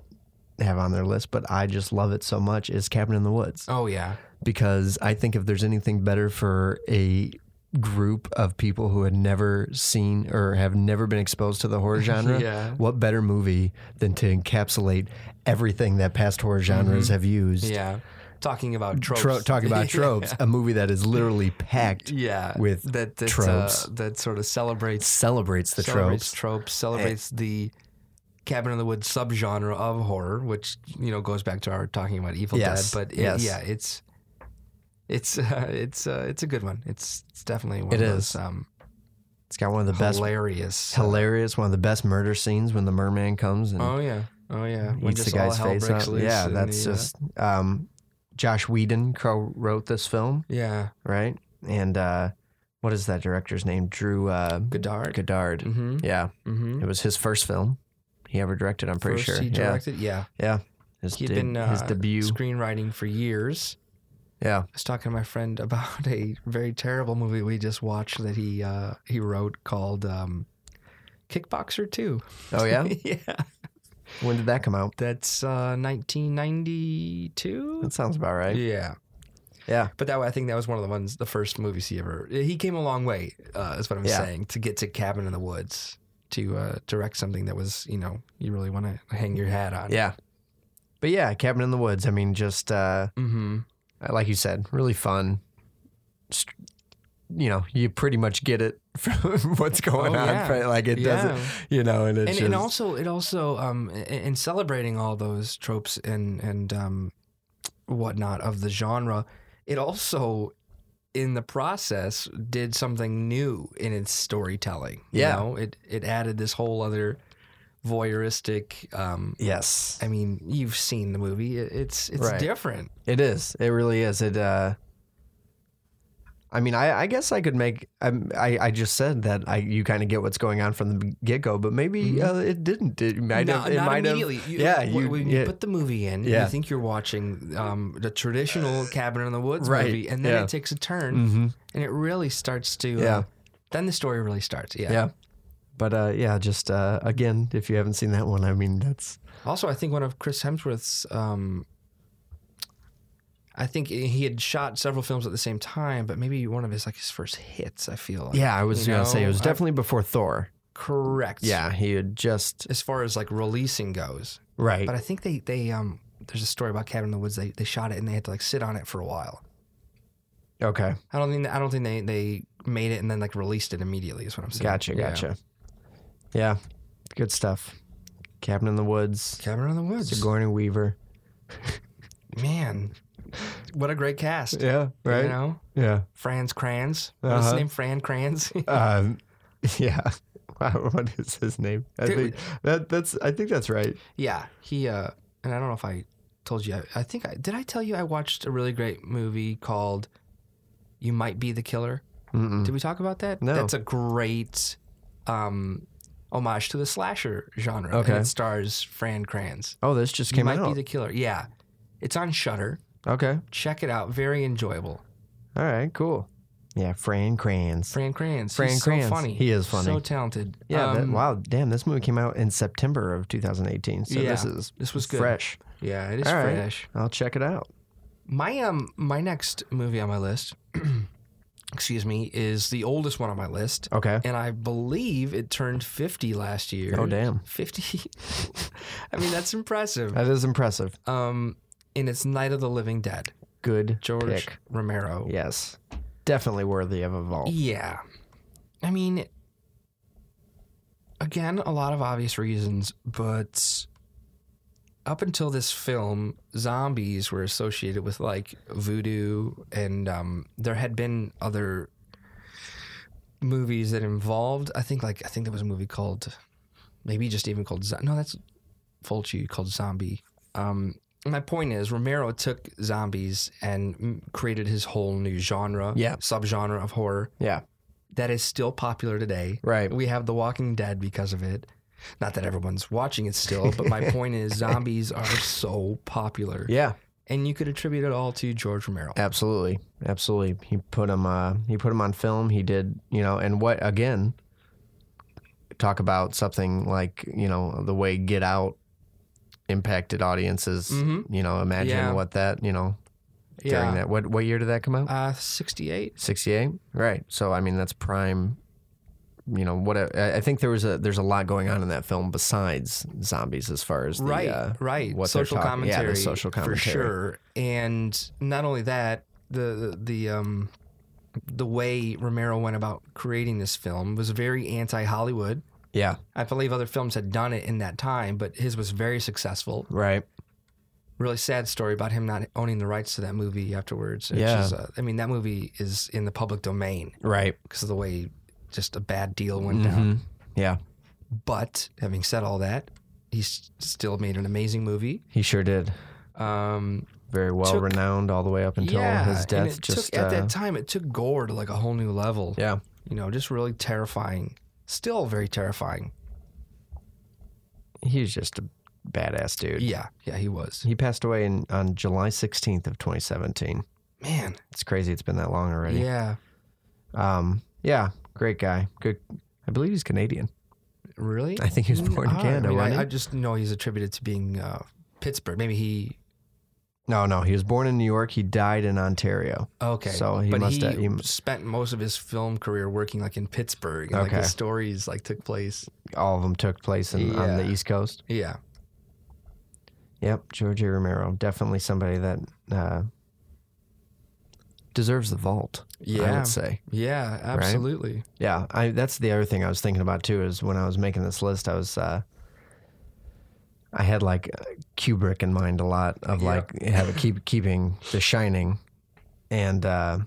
Speaker 2: have on their list, but I just love it so much is Cabin in the Woods
Speaker 1: Oh yeah.
Speaker 2: because I think if there's anything better for a group of people who had never seen or have never been exposed to the horror genre,
Speaker 1: Yeah.
Speaker 2: what better movie than to encapsulate everything that past horror genres have used?
Speaker 1: Mm-hmm. Yeah. Talking about tropes.
Speaker 2: Tro- talking about tropes, a movie that is literally packed,
Speaker 1: yeah.
Speaker 2: with
Speaker 1: that that's,
Speaker 2: tropes.
Speaker 1: Uh, that sort of celebrates
Speaker 2: celebrates the
Speaker 1: celebrates
Speaker 2: tropes. Eh.
Speaker 1: tropes, celebrates the cabin in the woods subgenre of horror, which you know goes back to our talking about Evil
Speaker 2: Yes,
Speaker 1: Dead. But it-
Speaker 2: yes.
Speaker 1: yeah, it's it's uh, it's uh, it's a good one. It's it's definitely one
Speaker 2: It
Speaker 1: of
Speaker 2: is.
Speaker 1: those um,
Speaker 2: It's got one of the best,
Speaker 1: hilarious. uh,
Speaker 2: hilarious, one of the best murder scenes when the merman comes and
Speaker 1: oh yeah, oh yeah. When
Speaker 2: eats the
Speaker 1: just all
Speaker 2: guy's
Speaker 1: hell
Speaker 2: face
Speaker 1: breaks
Speaker 2: out.
Speaker 1: loose
Speaker 2: Yeah,
Speaker 1: in
Speaker 2: that's
Speaker 1: the, uh,
Speaker 2: just um, Josh Whedon co-wrote this film,
Speaker 1: yeah.
Speaker 2: right? And uh, what is that director's name? Drew uh,
Speaker 1: Goddard.
Speaker 2: Goddard.
Speaker 1: Mm-hmm.
Speaker 2: Yeah,
Speaker 1: Mm-hmm.
Speaker 2: it was his first film he ever directed. I'm pretty
Speaker 1: First
Speaker 2: sure.
Speaker 1: he
Speaker 2: yeah,
Speaker 1: directed. Yeah,
Speaker 2: yeah. His,
Speaker 1: he'd
Speaker 2: de-
Speaker 1: been uh,
Speaker 2: his debut.
Speaker 1: screenwriting for years.
Speaker 2: yeah,
Speaker 1: I was talking to my friend about a very terrible movie we just watched that he uh, he wrote called um, Kickboxer Two.
Speaker 2: Oh, yeah?
Speaker 1: yeah.
Speaker 2: when did that come out?
Speaker 1: That's uh, 1992.
Speaker 2: That sounds about right.
Speaker 1: Yeah,
Speaker 2: yeah.
Speaker 1: but that I think that was one of the ones, the first movies he ever. He came a long way, uh, is what I'm
Speaker 2: Yeah.
Speaker 1: saying, to get to Cabin in the Woods to uh, direct something that was, you know, you really want to hang your hat on.
Speaker 2: Yeah. But yeah, Cabin in the Woods. I mean, just uh,
Speaker 1: Mm-hmm.
Speaker 2: like you said, really fun. St- You know, you pretty much get it from what's going
Speaker 1: Oh,
Speaker 2: on.
Speaker 1: yeah.
Speaker 2: right? Like it doesn't,
Speaker 1: Yeah.
Speaker 2: you know, and it's
Speaker 1: and,
Speaker 2: just,
Speaker 1: and also it also um in- in celebrating all those tropes and and um whatnot of the genre it also in the process did something new in its storytelling you
Speaker 2: Yeah.
Speaker 1: know it it added this whole other voyeuristic um
Speaker 2: yes,
Speaker 1: i mean you've seen the movie It- it's it's
Speaker 2: Right.
Speaker 1: different
Speaker 2: it is. It really is. It. uh I mean, I, I guess I could make. I'm- I I just said that I you kind of get what's going on from the get go, but maybe uh, it didn't. It might
Speaker 1: No,
Speaker 2: have. It
Speaker 1: not
Speaker 2: might have.
Speaker 1: immediately. You-
Speaker 2: yeah,
Speaker 1: w- when you
Speaker 2: yeah.
Speaker 1: put the movie in,
Speaker 2: Yeah.
Speaker 1: you think you're watching um, the traditional Cabin in the Woods
Speaker 2: right,
Speaker 1: movie, and then
Speaker 2: yeah.
Speaker 1: it takes a turn,
Speaker 2: Mm-hmm.
Speaker 1: and it really starts to.
Speaker 2: Yeah.
Speaker 1: Uh, then the story really starts. Yeah.
Speaker 2: Yeah. But uh, yeah, just uh, again, if you haven't seen that one, I mean, that's
Speaker 1: Also, I think one of Chris Hemsworth's. Um, I think he had shot several films at the same time, but maybe one of his like his first hits. I feel. Like.
Speaker 2: yeah. I was
Speaker 1: You
Speaker 2: gonna say it
Speaker 1: know,
Speaker 2: was
Speaker 1: I-
Speaker 2: definitely before Thor.
Speaker 1: Correct.
Speaker 2: Yeah, he had just
Speaker 1: As far as like releasing goes,
Speaker 2: right.
Speaker 1: but I think they they um there's a story about Cabin in the Woods. They they shot it and they had to like sit on it for a while.
Speaker 2: Okay,
Speaker 1: I don't think I don't think they, they made it and then like released it immediately. Is what I'm saying.
Speaker 2: gotcha,
Speaker 1: Yeah.
Speaker 2: gotcha. Yeah, good stuff. Cabin in the Woods,
Speaker 1: Cabin in the Woods.
Speaker 2: Sigourney Weaver.
Speaker 1: Man, what a great cast.
Speaker 2: Yeah,
Speaker 1: You know,
Speaker 2: Yeah.
Speaker 1: Franz Kranz. What's his
Speaker 2: Uh-huh.
Speaker 1: name? Fran Kranz.
Speaker 2: Um, yeah. Wow, what is his name? I
Speaker 1: Dude.
Speaker 2: think that that's. I think that's right.
Speaker 1: yeah, he. uh And I don't know if I told you. I, I think I did. I tell you I watched a really great movie called "You Might Be the Killer."
Speaker 2: Mm-mm.
Speaker 1: Did we talk about that?
Speaker 2: Hmm. No.
Speaker 1: That's a great um homage to the slasher genre.
Speaker 2: Okay.
Speaker 1: And it stars Fran Kranz.
Speaker 2: Oh, this just
Speaker 1: You
Speaker 2: came
Speaker 1: might
Speaker 2: out.
Speaker 1: be the killer. Yeah, it's on Shutter.
Speaker 2: okay.
Speaker 1: check it out. Very enjoyable.
Speaker 2: All right. Cool. Yeah, Fran Kranz.
Speaker 1: Fran Kranz.
Speaker 2: Fran
Speaker 1: He's
Speaker 2: Kranz.
Speaker 1: So funny.
Speaker 2: He is funny.
Speaker 1: So talented.
Speaker 2: Yeah. that-
Speaker 1: Um,
Speaker 2: wow. Damn, this movie came out in September of 2018. So this
Speaker 1: Yeah,
Speaker 2: is
Speaker 1: this was good.
Speaker 2: fresh.
Speaker 1: Yeah, it is
Speaker 2: All right.
Speaker 1: fresh.
Speaker 2: I'll check it out.
Speaker 1: My um my next movie on my list, excuse me, is the oldest one on my list.
Speaker 2: Okay.
Speaker 1: And I believe it turned 50 last year.
Speaker 2: Oh damn.
Speaker 1: 50. I mean, that's impressive.
Speaker 2: That is impressive.
Speaker 1: Um and it's Night of the Living Dead.
Speaker 2: Good
Speaker 1: George
Speaker 2: pick.
Speaker 1: Romero.
Speaker 2: Yes. Definitely worthy of a
Speaker 1: E
Speaker 2: vault.
Speaker 1: Yeah. I mean, again, a lot of obvious reasons, but up until this film, zombies were associated with like voodoo, and um, there had been other movies that involved. I think like I think there was a movie called, maybe just even called Zo- no, that's Fulci called Zombie. Um, my point is, Romero took zombies and m- created his whole new genre,
Speaker 2: Yeah.
Speaker 1: subgenre of horror
Speaker 2: Yeah.
Speaker 1: that is still popular today.
Speaker 2: Right.
Speaker 1: We have The Walking Dead because of it. Not that everyone's watching it still, but my point is zombies are so popular.
Speaker 2: Yeah.
Speaker 1: And you could attribute it all to George Romero.
Speaker 2: Absolutely. Absolutely. He put him. Uh, he put him on film. He did. You know. And what again? talk about something like you know the way Get Out impacted audiences.
Speaker 1: Mhm.
Speaker 2: You know, imagine
Speaker 1: Yeah.
Speaker 2: what that you know during
Speaker 1: yeah.
Speaker 2: that. What what year did that come out?
Speaker 1: Uh, 68.
Speaker 2: Sixty eight. Right. So I mean that's prime. You know what? I, I think there was a there's a lot going on in that film besides zombies as far as the,
Speaker 1: right,
Speaker 2: uh,
Speaker 1: right.
Speaker 2: what they're
Speaker 1: social
Speaker 2: talking- yeah,
Speaker 1: commentary,
Speaker 2: the social
Speaker 1: for
Speaker 2: commentary.
Speaker 1: sure. And not only that, the the um the way Romero went about creating this film was very anti Hollywood.
Speaker 2: Yeah.
Speaker 1: I believe other films had done it in that time, but his was very successful.
Speaker 2: Right.
Speaker 1: Really sad story about him not owning the rights to that movie afterwards. Which
Speaker 2: Yeah.
Speaker 1: is, uh, I mean that movie is in the public domain
Speaker 2: Right.
Speaker 1: because of the way just a bad deal went down.
Speaker 2: Mhm. Yeah.
Speaker 1: But having said all that, he's still made an amazing movie.
Speaker 2: He sure did.
Speaker 1: Um,
Speaker 2: Very well
Speaker 1: Took-
Speaker 2: renowned all the way up until his
Speaker 1: and
Speaker 2: death.
Speaker 1: it
Speaker 2: just
Speaker 1: took, at
Speaker 2: uh,
Speaker 1: that time, it took gore to like a whole new level.
Speaker 2: yeah.
Speaker 1: You know, just really terrifying. Still very terrifying.
Speaker 2: He's just a badass dude.
Speaker 1: Yeah, yeah, he was.
Speaker 2: He passed away in, on July 16th of 2017.
Speaker 1: Man,
Speaker 2: It's crazy it's been that long already.
Speaker 1: yeah,
Speaker 2: Yeah. Um yeah, great guy. Good I believe he's Canadian.
Speaker 1: really.
Speaker 2: I think he was born in
Speaker 1: Ah,
Speaker 2: Canada,
Speaker 1: I, mean,
Speaker 2: wasn't
Speaker 1: I,
Speaker 2: he?
Speaker 1: I just know he's attributed to being uh, Pittsburgh. Maybe he.
Speaker 2: No, no, he was born in New York. He died in Ontario.
Speaker 1: Okay,
Speaker 2: So he
Speaker 1: but
Speaker 2: must
Speaker 1: he,
Speaker 2: have- he-
Speaker 1: spent most of his film career working like in Pittsburgh. And, like
Speaker 2: Okay.
Speaker 1: his stories like took place.
Speaker 2: All of them took place in, on
Speaker 1: Yeah.
Speaker 2: the East Coast.
Speaker 1: Yeah,
Speaker 2: Yep, George E. Romero, definitely somebody that uh, deserves the vault. I
Speaker 1: Yeah.
Speaker 2: would say.
Speaker 1: yeah, absolutely.
Speaker 2: Yeah, I, that's the other thing I was thinking about too. Is when I was making this list, I was uh, I had like uh, Kubrick in mind a lot of
Speaker 1: Yeah.
Speaker 2: like have a keep keeping The Shining, and uh,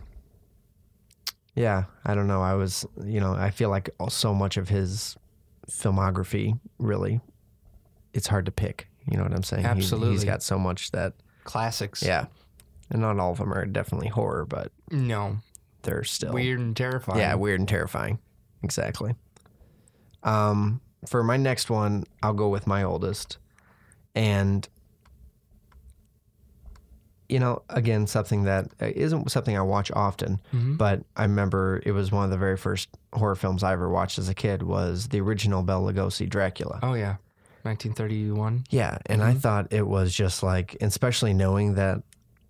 Speaker 2: yeah, I don't know. I was you know I feel like all- so much of his filmography really, it's hard to pick. You know what I'm saying? He- he's
Speaker 1: Absolutely.
Speaker 2: got so much that
Speaker 1: Classics.
Speaker 2: yeah, and not all of them are definitely horror, but
Speaker 1: No,
Speaker 2: they're still
Speaker 1: weird and terrifying.
Speaker 2: yeah, weird and terrifying. Exactly. Um, for my next one, I'll go with my oldest. And you know, again, something that uh, isn't something I watch often,
Speaker 1: Mhm.
Speaker 2: but I remember it was one of the very first horror films I ever watched as a kid was the original Bela Lugosi Dracula.
Speaker 1: Oh yeah, 1931.
Speaker 2: Yeah, and
Speaker 1: Mm-hmm.
Speaker 2: I thought it was just like, and especially knowing that,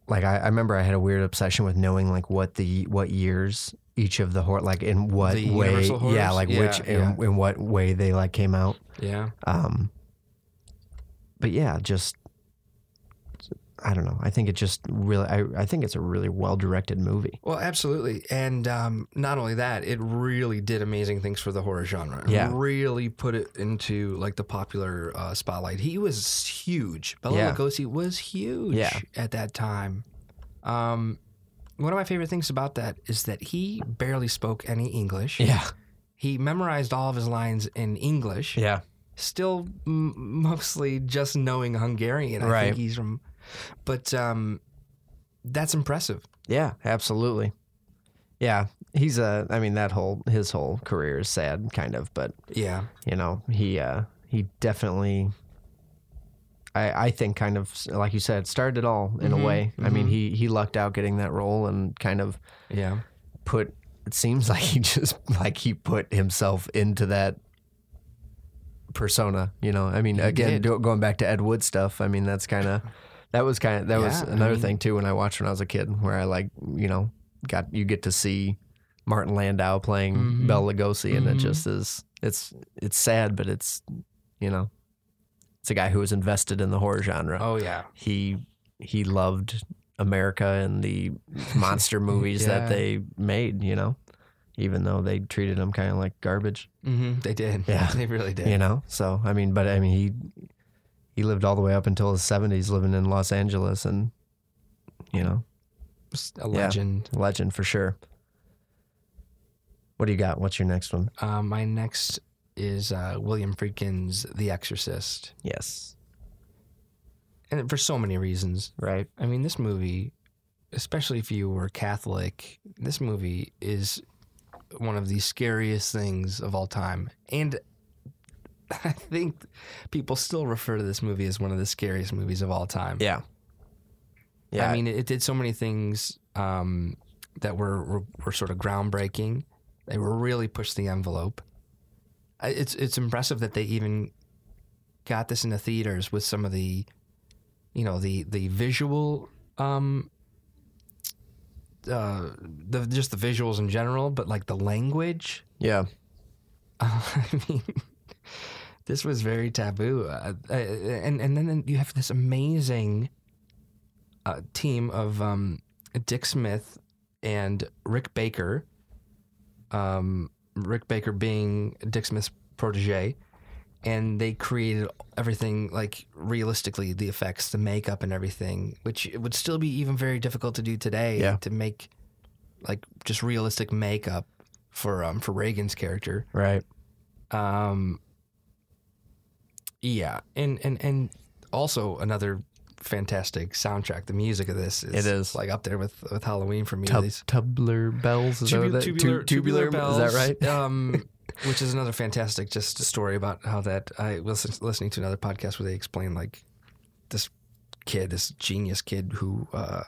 Speaker 2: like I, I remember I had a weird obsession with knowing like what the what years each of the horror like in what
Speaker 1: The
Speaker 2: way,
Speaker 1: Universal horrors?
Speaker 2: yeah, like
Speaker 1: Yeah,
Speaker 2: which in, in what way they like came out.
Speaker 1: Yeah.
Speaker 2: Um, but yeah, just I don't know. I think it just really, I, I think it's a really well directed movie.
Speaker 1: Well, absolutely. And um, not only that, it really did amazing things for the horror genre. It
Speaker 2: Yeah.
Speaker 1: Really put it into like the popular uh, spotlight. He was huge. Bela
Speaker 2: Yeah.
Speaker 1: Lugosi was huge
Speaker 2: Yeah.
Speaker 1: at that time. Um, one of my favorite things about that is that he barely spoke any English.
Speaker 2: Yeah,
Speaker 1: He memorized all of his lines in English,
Speaker 2: yeah,
Speaker 1: still m- mostly just knowing Hungarian. I
Speaker 2: Right.
Speaker 1: think he's from, but um, that's impressive.
Speaker 2: yeah, absolutely. Yeah, he's a. I mean, that whole his whole career is sad, kind of, but
Speaker 1: Yeah.
Speaker 2: you know he uh he definitely I, I think kind of like you said started it all in a
Speaker 1: Mhm,
Speaker 2: way i mean
Speaker 1: mhm.
Speaker 2: he he lucked out getting that role and kind of
Speaker 1: Yeah.
Speaker 2: put it seems like he just like he put himself into that persona you know i mean again
Speaker 1: did.
Speaker 2: do, going back to ed wood stuff i mean that's kind of that was kind of that was
Speaker 1: Yeah, I
Speaker 2: another
Speaker 1: mean-
Speaker 2: thing too when i watched when i was a kid where i like you know got you get to see martin landau playing
Speaker 1: Mhm.
Speaker 2: bell lugosi and it
Speaker 1: Mhm.
Speaker 2: just is it's it's sad but it's you know it's a guy who was invested in the horror genre
Speaker 1: Oh yeah.
Speaker 2: he he loved America and the monster movies
Speaker 1: Yeah.
Speaker 2: that they made, you know, even though they treated him kind of like garbage,
Speaker 1: Mm-hmm. They did.
Speaker 2: Yeah.
Speaker 1: They really did.
Speaker 2: you know. So I mean, but I mean, he he lived all the way up until his seventies, living in Los Angeles, and you know,
Speaker 1: Just a legend.
Speaker 2: legend for sure. What do you got? What's your next one?
Speaker 1: Uh, my next is uh, William Friedkin's The Exorcist,
Speaker 2: Yes,
Speaker 1: and for so many reasons.
Speaker 2: right.
Speaker 1: I mean, this movie, especially if you were Catholic, this movie is one of the scariest things of all time, and I think people still refer to this movie as one of the scariest movies of all time.
Speaker 2: Yeah, yeah.
Speaker 1: I mean, it did so many things um, that were, were were sort of groundbreaking. They were really pushed the envelope. I- it's it's impressive that they even got this in the theaters with some of the, you know, the the visual, um, uh, the just the visuals in general, but like the language.
Speaker 2: Yeah.
Speaker 1: Uh, I mean, this was very taboo, uh, uh, and and then you have this amazing uh, team of um, Dick Smith and Rick Baker. Um, Rick Baker being Dick Smith's protege, and they created everything like realistically, the effects, the makeup, and everything, which it would still be even very difficult to do today
Speaker 2: Yeah.
Speaker 1: to make like just realistic makeup for um, for Reagan's character.
Speaker 2: Right.
Speaker 1: Um, yeah, and and and also another fantastic soundtrack. The music of this is
Speaker 2: It is.
Speaker 1: like up there with with Halloween for me. at
Speaker 2: Tub,
Speaker 1: least.
Speaker 2: tubler bells.
Speaker 1: Tubu-
Speaker 2: Is that what that- tu- tubular, Is that right?
Speaker 1: um, which is another fantastic just story about how that I was listening to another podcast where they explain like this kid, this genius kid who uh,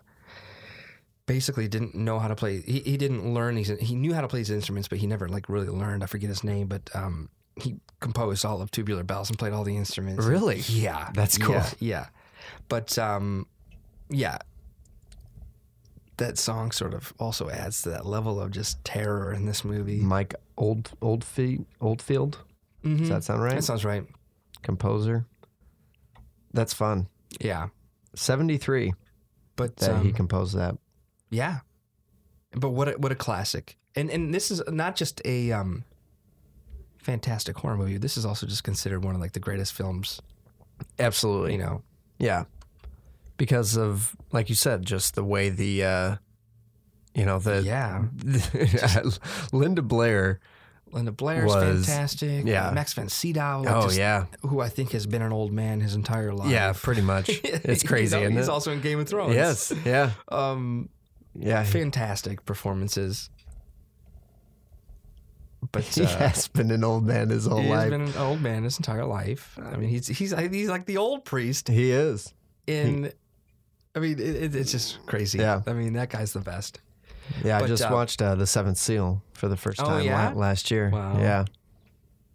Speaker 1: basically didn't know how to play. He, he didn't learn these. He knew how to play these instruments, but he never like really learned. I forget his name, but um, he composed all of Tubular Bells and played all the instruments.
Speaker 2: Really?
Speaker 1: Yeah,
Speaker 2: That's cool.
Speaker 1: Yeah, yeah. but um, yeah, that song sort of also adds to that level of just terror in this movie.
Speaker 2: Mike Old Oldfield Oldfield. Does that sound right?
Speaker 1: Mm-hmm. That sounds right.
Speaker 2: Composer. That's fun.
Speaker 1: Yeah,
Speaker 2: Seventy three
Speaker 1: but
Speaker 2: that
Speaker 1: um,
Speaker 2: he composed that.
Speaker 1: yeah, but what a, what a classic! And and this is not just a um, fantastic horror movie. This is also just considered one of like the greatest films.
Speaker 2: Absolutely.
Speaker 1: You know,
Speaker 2: Yeah. Because of like you said, just the way the uh you know the
Speaker 1: yeah.
Speaker 2: Linda Blair.
Speaker 1: Linda Blair's
Speaker 2: Was-
Speaker 1: fantastic.
Speaker 2: yeah.
Speaker 1: Max von Sydow. like,
Speaker 2: Oh
Speaker 1: just-
Speaker 2: yeah.
Speaker 1: who I think has been an old man his entire life.
Speaker 2: Yeah, pretty much. It's crazy,
Speaker 1: you know,
Speaker 2: isn't
Speaker 1: he's
Speaker 2: it?
Speaker 1: also in Game of Thrones.
Speaker 2: yes. Yeah.
Speaker 1: Um,
Speaker 2: Yeah.
Speaker 1: fantastic performances. But uh,
Speaker 2: He has been an old man his whole
Speaker 1: he's
Speaker 2: life.
Speaker 1: been an old man his entire life. I mean, he's he's he's like the old priest
Speaker 2: He is.
Speaker 1: in. I mean, it, it, it's just crazy.
Speaker 2: Yeah.
Speaker 1: I mean, that guy's the best.
Speaker 2: Yeah,
Speaker 1: But,
Speaker 2: I just
Speaker 1: uh,
Speaker 2: watched uh, The Seventh Seal for the first
Speaker 1: Oh,
Speaker 2: time
Speaker 1: yeah?
Speaker 2: la- last year.
Speaker 1: Wow.
Speaker 2: Yeah.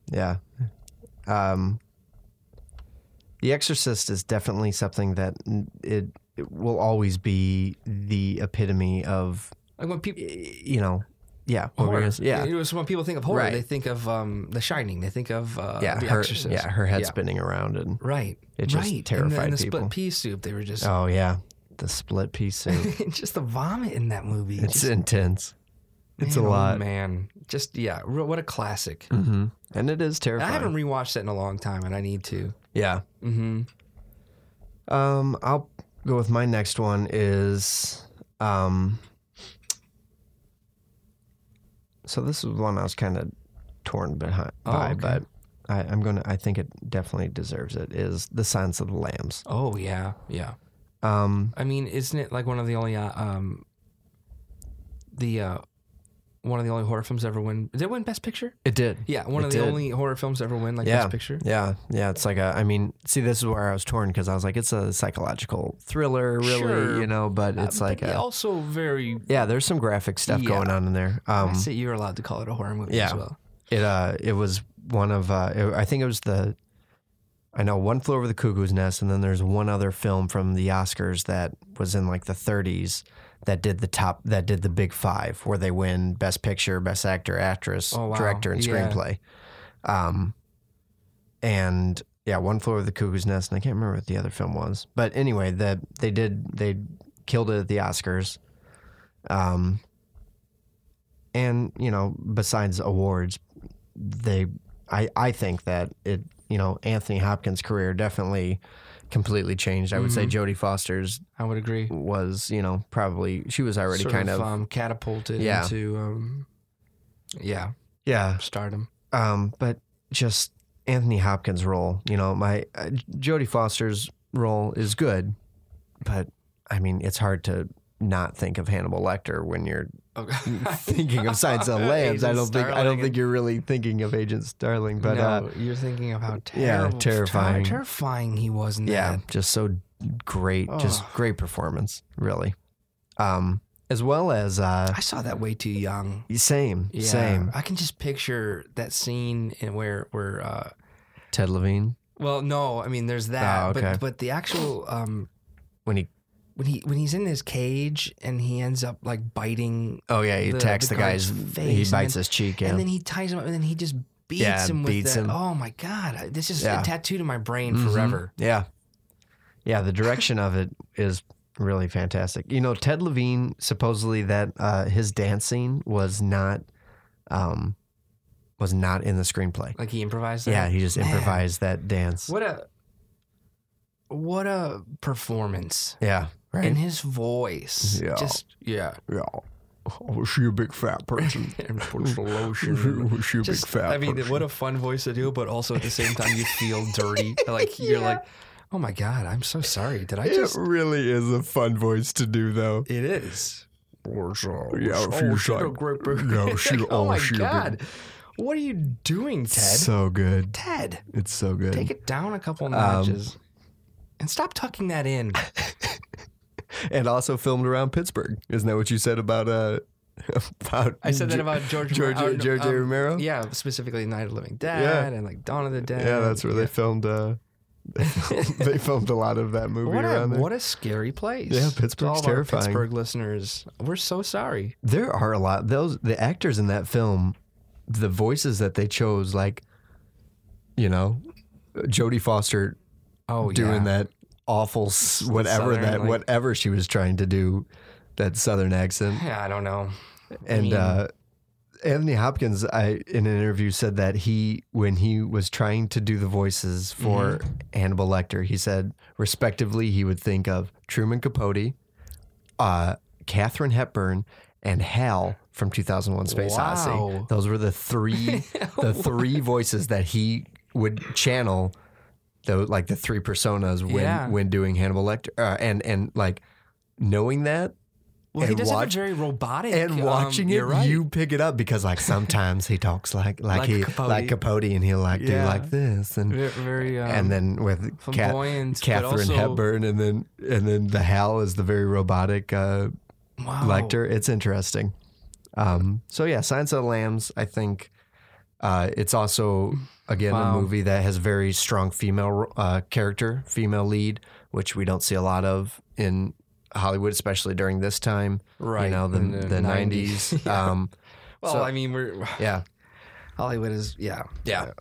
Speaker 2: Yeah. Um, the Exorcist is definitely something that n- it, it will always be the epitome of,
Speaker 1: Like when people.
Speaker 2: y- you know, yeah. what we were
Speaker 1: Horror.
Speaker 2: gonna say- Yeah.
Speaker 1: It was when people think of horror,
Speaker 2: Right.
Speaker 1: they think of um, The Shining. They think of uh,
Speaker 2: Yeah.
Speaker 1: The
Speaker 2: Her,
Speaker 1: Exorcist.
Speaker 2: yeah. Her head
Speaker 1: Yeah.
Speaker 2: spinning around. and
Speaker 1: Right.
Speaker 2: It just
Speaker 1: right.
Speaker 2: terrified
Speaker 1: and the, and the
Speaker 2: people.
Speaker 1: split pea soup, they were just
Speaker 2: Oh, yeah. The split piece. suit.
Speaker 1: just the vomit in that movie.
Speaker 2: it's
Speaker 1: Just-
Speaker 2: intense. It's a
Speaker 1: man, oh
Speaker 2: lot.
Speaker 1: man. Just yeah, re- what a classic.
Speaker 2: Mm-hmm. And it is
Speaker 1: And I
Speaker 2: terrifying.
Speaker 1: haven't rewatched that in a long time, and I need to.
Speaker 2: yeah.
Speaker 1: Mm-hmm.
Speaker 2: Um, I'll go with my next one is um. So this is one I was kind of torn behind
Speaker 1: Oh,
Speaker 2: by,
Speaker 1: okay.
Speaker 2: but I, I'm gonna. I think it definitely deserves it. Is the Silence of the Lambs?
Speaker 1: Oh yeah, yeah.
Speaker 2: Um,
Speaker 1: I mean, isn't it like one of the only uh, um, the uh, one of the only horror films to ever win? Did it win Best Picture?
Speaker 2: it did.
Speaker 1: Yeah, one
Speaker 2: It
Speaker 1: of the
Speaker 2: did.
Speaker 1: only horror films to ever win like
Speaker 2: Yeah.
Speaker 1: Best Picture.
Speaker 2: Yeah, yeah. It's like a. I mean, see, this is where I was torn because I was like, it's a psychological thriller, really,
Speaker 1: Sure.
Speaker 2: you know. But it's
Speaker 1: Uh,
Speaker 2: like,
Speaker 1: but
Speaker 2: a,
Speaker 1: also very.
Speaker 2: yeah, there's some graphic stuff
Speaker 1: Yeah.
Speaker 2: going on in there.
Speaker 1: I
Speaker 2: Um,
Speaker 1: say you're allowed to call it a horror movie
Speaker 2: yeah.
Speaker 1: as well.
Speaker 2: It uh, it was one of uh, it- I think it was the, I know one flew over the cuckoo's nest, and then there's one other film from the Oscars that was in like the 30s that did the top that did the big five where they win best picture, best actor, actress,
Speaker 1: Oh, wow.
Speaker 2: director, and
Speaker 1: Yeah.
Speaker 2: screenplay. Um, and yeah, one flew over the cuckoo's nest, and I can't remember what the other film was, but anyway, that they did they killed it at the Oscars. Um, and you know, besides awards, they I I think that it you know Anthony Hopkins' career definitely completely changed. I would say Jodie Foster's
Speaker 1: I would agree.
Speaker 2: was you know probably she was already
Speaker 1: Sort
Speaker 2: kind of,
Speaker 1: um, catapulted
Speaker 2: Yeah.
Speaker 1: into um, yeah
Speaker 2: yeah.
Speaker 1: stardom.
Speaker 2: Um, but just Anthony Hopkins' role, you know, my uh, Jodie Foster's role is good, but I mean it's hard to not think of Hannibal Lecter when you're thinking of Signs of the Lambs. I
Speaker 1: Agent
Speaker 2: don't think I don't
Speaker 1: Starling
Speaker 2: think you're really thinking of Agent Starling, but
Speaker 1: no,
Speaker 2: uh,
Speaker 1: you're thinking of how
Speaker 2: yeah,
Speaker 1: terrible,
Speaker 2: terrifying.
Speaker 1: ter- terrifying he was in
Speaker 2: yeah,
Speaker 1: that.
Speaker 2: just so great, just
Speaker 1: Ugh.
Speaker 2: great performance, really. Um, as well as uh,
Speaker 1: I saw that way too young.
Speaker 2: same,
Speaker 1: Yeah,
Speaker 2: same.
Speaker 1: I can just picture that scene in where where. Uh,
Speaker 2: Ted Levine
Speaker 1: well, no, I mean there's that,
Speaker 2: Oh, okay.
Speaker 1: but but the actual um,
Speaker 2: when he
Speaker 1: when he when he's in his cage and he ends up like biting,
Speaker 2: oh yeah he
Speaker 1: The-
Speaker 2: attacks
Speaker 1: the
Speaker 2: the, guy's
Speaker 1: guard's
Speaker 2: he
Speaker 1: face and
Speaker 2: bites
Speaker 1: then-
Speaker 2: his cheek yeah.
Speaker 1: and then he ties him up, and then he just beats
Speaker 2: Yeah,
Speaker 1: him with
Speaker 2: beats
Speaker 1: that.
Speaker 2: him.
Speaker 1: Oh my god, I- this is
Speaker 2: Yeah.
Speaker 1: a tattoo to my brain
Speaker 2: Mhm.
Speaker 1: forever.
Speaker 2: Yeah. Yeah, the direction of it is really fantastic. You know, Ted Levine supposedly that uh, his dancing was not um was not in the screenplay.
Speaker 1: Like he improvised. That.
Speaker 2: Yeah, he just
Speaker 1: Man.
Speaker 2: improvised that dance.
Speaker 1: What a what a performance.
Speaker 2: Yeah, right.
Speaker 1: And his voice.
Speaker 2: Yeah.
Speaker 1: Just yeah.
Speaker 2: yeah. Was she a big fat person?
Speaker 1: And puts the lotion.
Speaker 2: she a
Speaker 1: Just, I mean, what a fun voice to do, but also at the same time you feel dirty. Like you're like, oh my god, I'm so sorry. Did I just?
Speaker 2: really is a fun voice to do, though.
Speaker 1: It is.
Speaker 2: Yeah,
Speaker 1: oh,
Speaker 2: she's
Speaker 1: she
Speaker 2: like-
Speaker 1: a great big-
Speaker 2: No, she-
Speaker 1: oh
Speaker 2: oh,
Speaker 1: my
Speaker 2: she a big-
Speaker 1: god, what are you doing, Ted?
Speaker 2: So good.
Speaker 1: Ted,
Speaker 2: It's so good.
Speaker 1: take it down a
Speaker 2: Um,
Speaker 1: couple notches, and stop tucking that in.
Speaker 2: and also filmed around Pittsburgh. Isn't that what you said about uh about
Speaker 1: I said that about George
Speaker 2: George
Speaker 1: Romero-
Speaker 2: George
Speaker 1: um,
Speaker 2: Romero?
Speaker 1: Yeah, specifically Night of the Living Dead
Speaker 2: Yeah.
Speaker 1: and like Dawn of the Dead.
Speaker 2: Yeah, that's where they filmed uh they filmed a lot of that movie
Speaker 1: What a,
Speaker 2: around there.
Speaker 1: what a scary place. To
Speaker 2: Yeah,
Speaker 1: all
Speaker 2: Pittsburgh's
Speaker 1: of our
Speaker 2: terrifying.
Speaker 1: Pittsburgh listeners, we're so sorry.
Speaker 2: There are a lot those the actors in that film, the voices that they chose, like you know, Jodie Foster
Speaker 1: Oh,
Speaker 2: doing that awful s- whatever
Speaker 1: Southern,
Speaker 2: that
Speaker 1: like-
Speaker 2: whatever she was trying to do, that southern accent.
Speaker 1: Yeah, I don't know.
Speaker 2: And
Speaker 1: mean-
Speaker 2: uh, Anthony Hopkins, I in an interview said that he, when he was trying to do the voices for
Speaker 1: Mm-hmm.
Speaker 2: Hannibal Lecter, he said respectively he would think of Truman Capote, uh, Catherine Hepburn, and Hal from 2001: Space Odyssey.
Speaker 1: Wow.
Speaker 2: Those were the three, the three voices that he would channel. The, like the three personas when
Speaker 1: Yeah.
Speaker 2: when doing Hannibal Lecter, uh, and and like knowing that
Speaker 1: Well, he
Speaker 2: And
Speaker 1: does have
Speaker 2: watch-
Speaker 1: a very robotic.
Speaker 2: and
Speaker 1: um,
Speaker 2: watching it,
Speaker 1: you're right.
Speaker 2: you pick it up because like sometimes he talks like like,
Speaker 1: Like
Speaker 2: he
Speaker 1: Capote.
Speaker 2: like Capote, and he'll like
Speaker 1: Yeah.
Speaker 2: do like this, and
Speaker 1: Ve- very um,
Speaker 2: and then with Ca-
Speaker 1: flamboyant, but
Speaker 2: Catherine
Speaker 1: also-
Speaker 2: Hepburn, and then and then the Hal is the very robotic uh,
Speaker 1: wow.
Speaker 2: Lecter. It's interesting. Um, so yeah, Science of the Lambs. I think uh, it's also again
Speaker 1: Wow.
Speaker 2: a movie that has very strong female uh, character, female lead, which we don't see a lot of in Hollywood, especially during this time.
Speaker 1: right?
Speaker 2: You know the
Speaker 1: in
Speaker 2: the nineties. Um,
Speaker 1: Well,
Speaker 2: so-
Speaker 1: I mean, we're
Speaker 2: yeah.
Speaker 1: Hollywood is yeah,
Speaker 2: Yeah.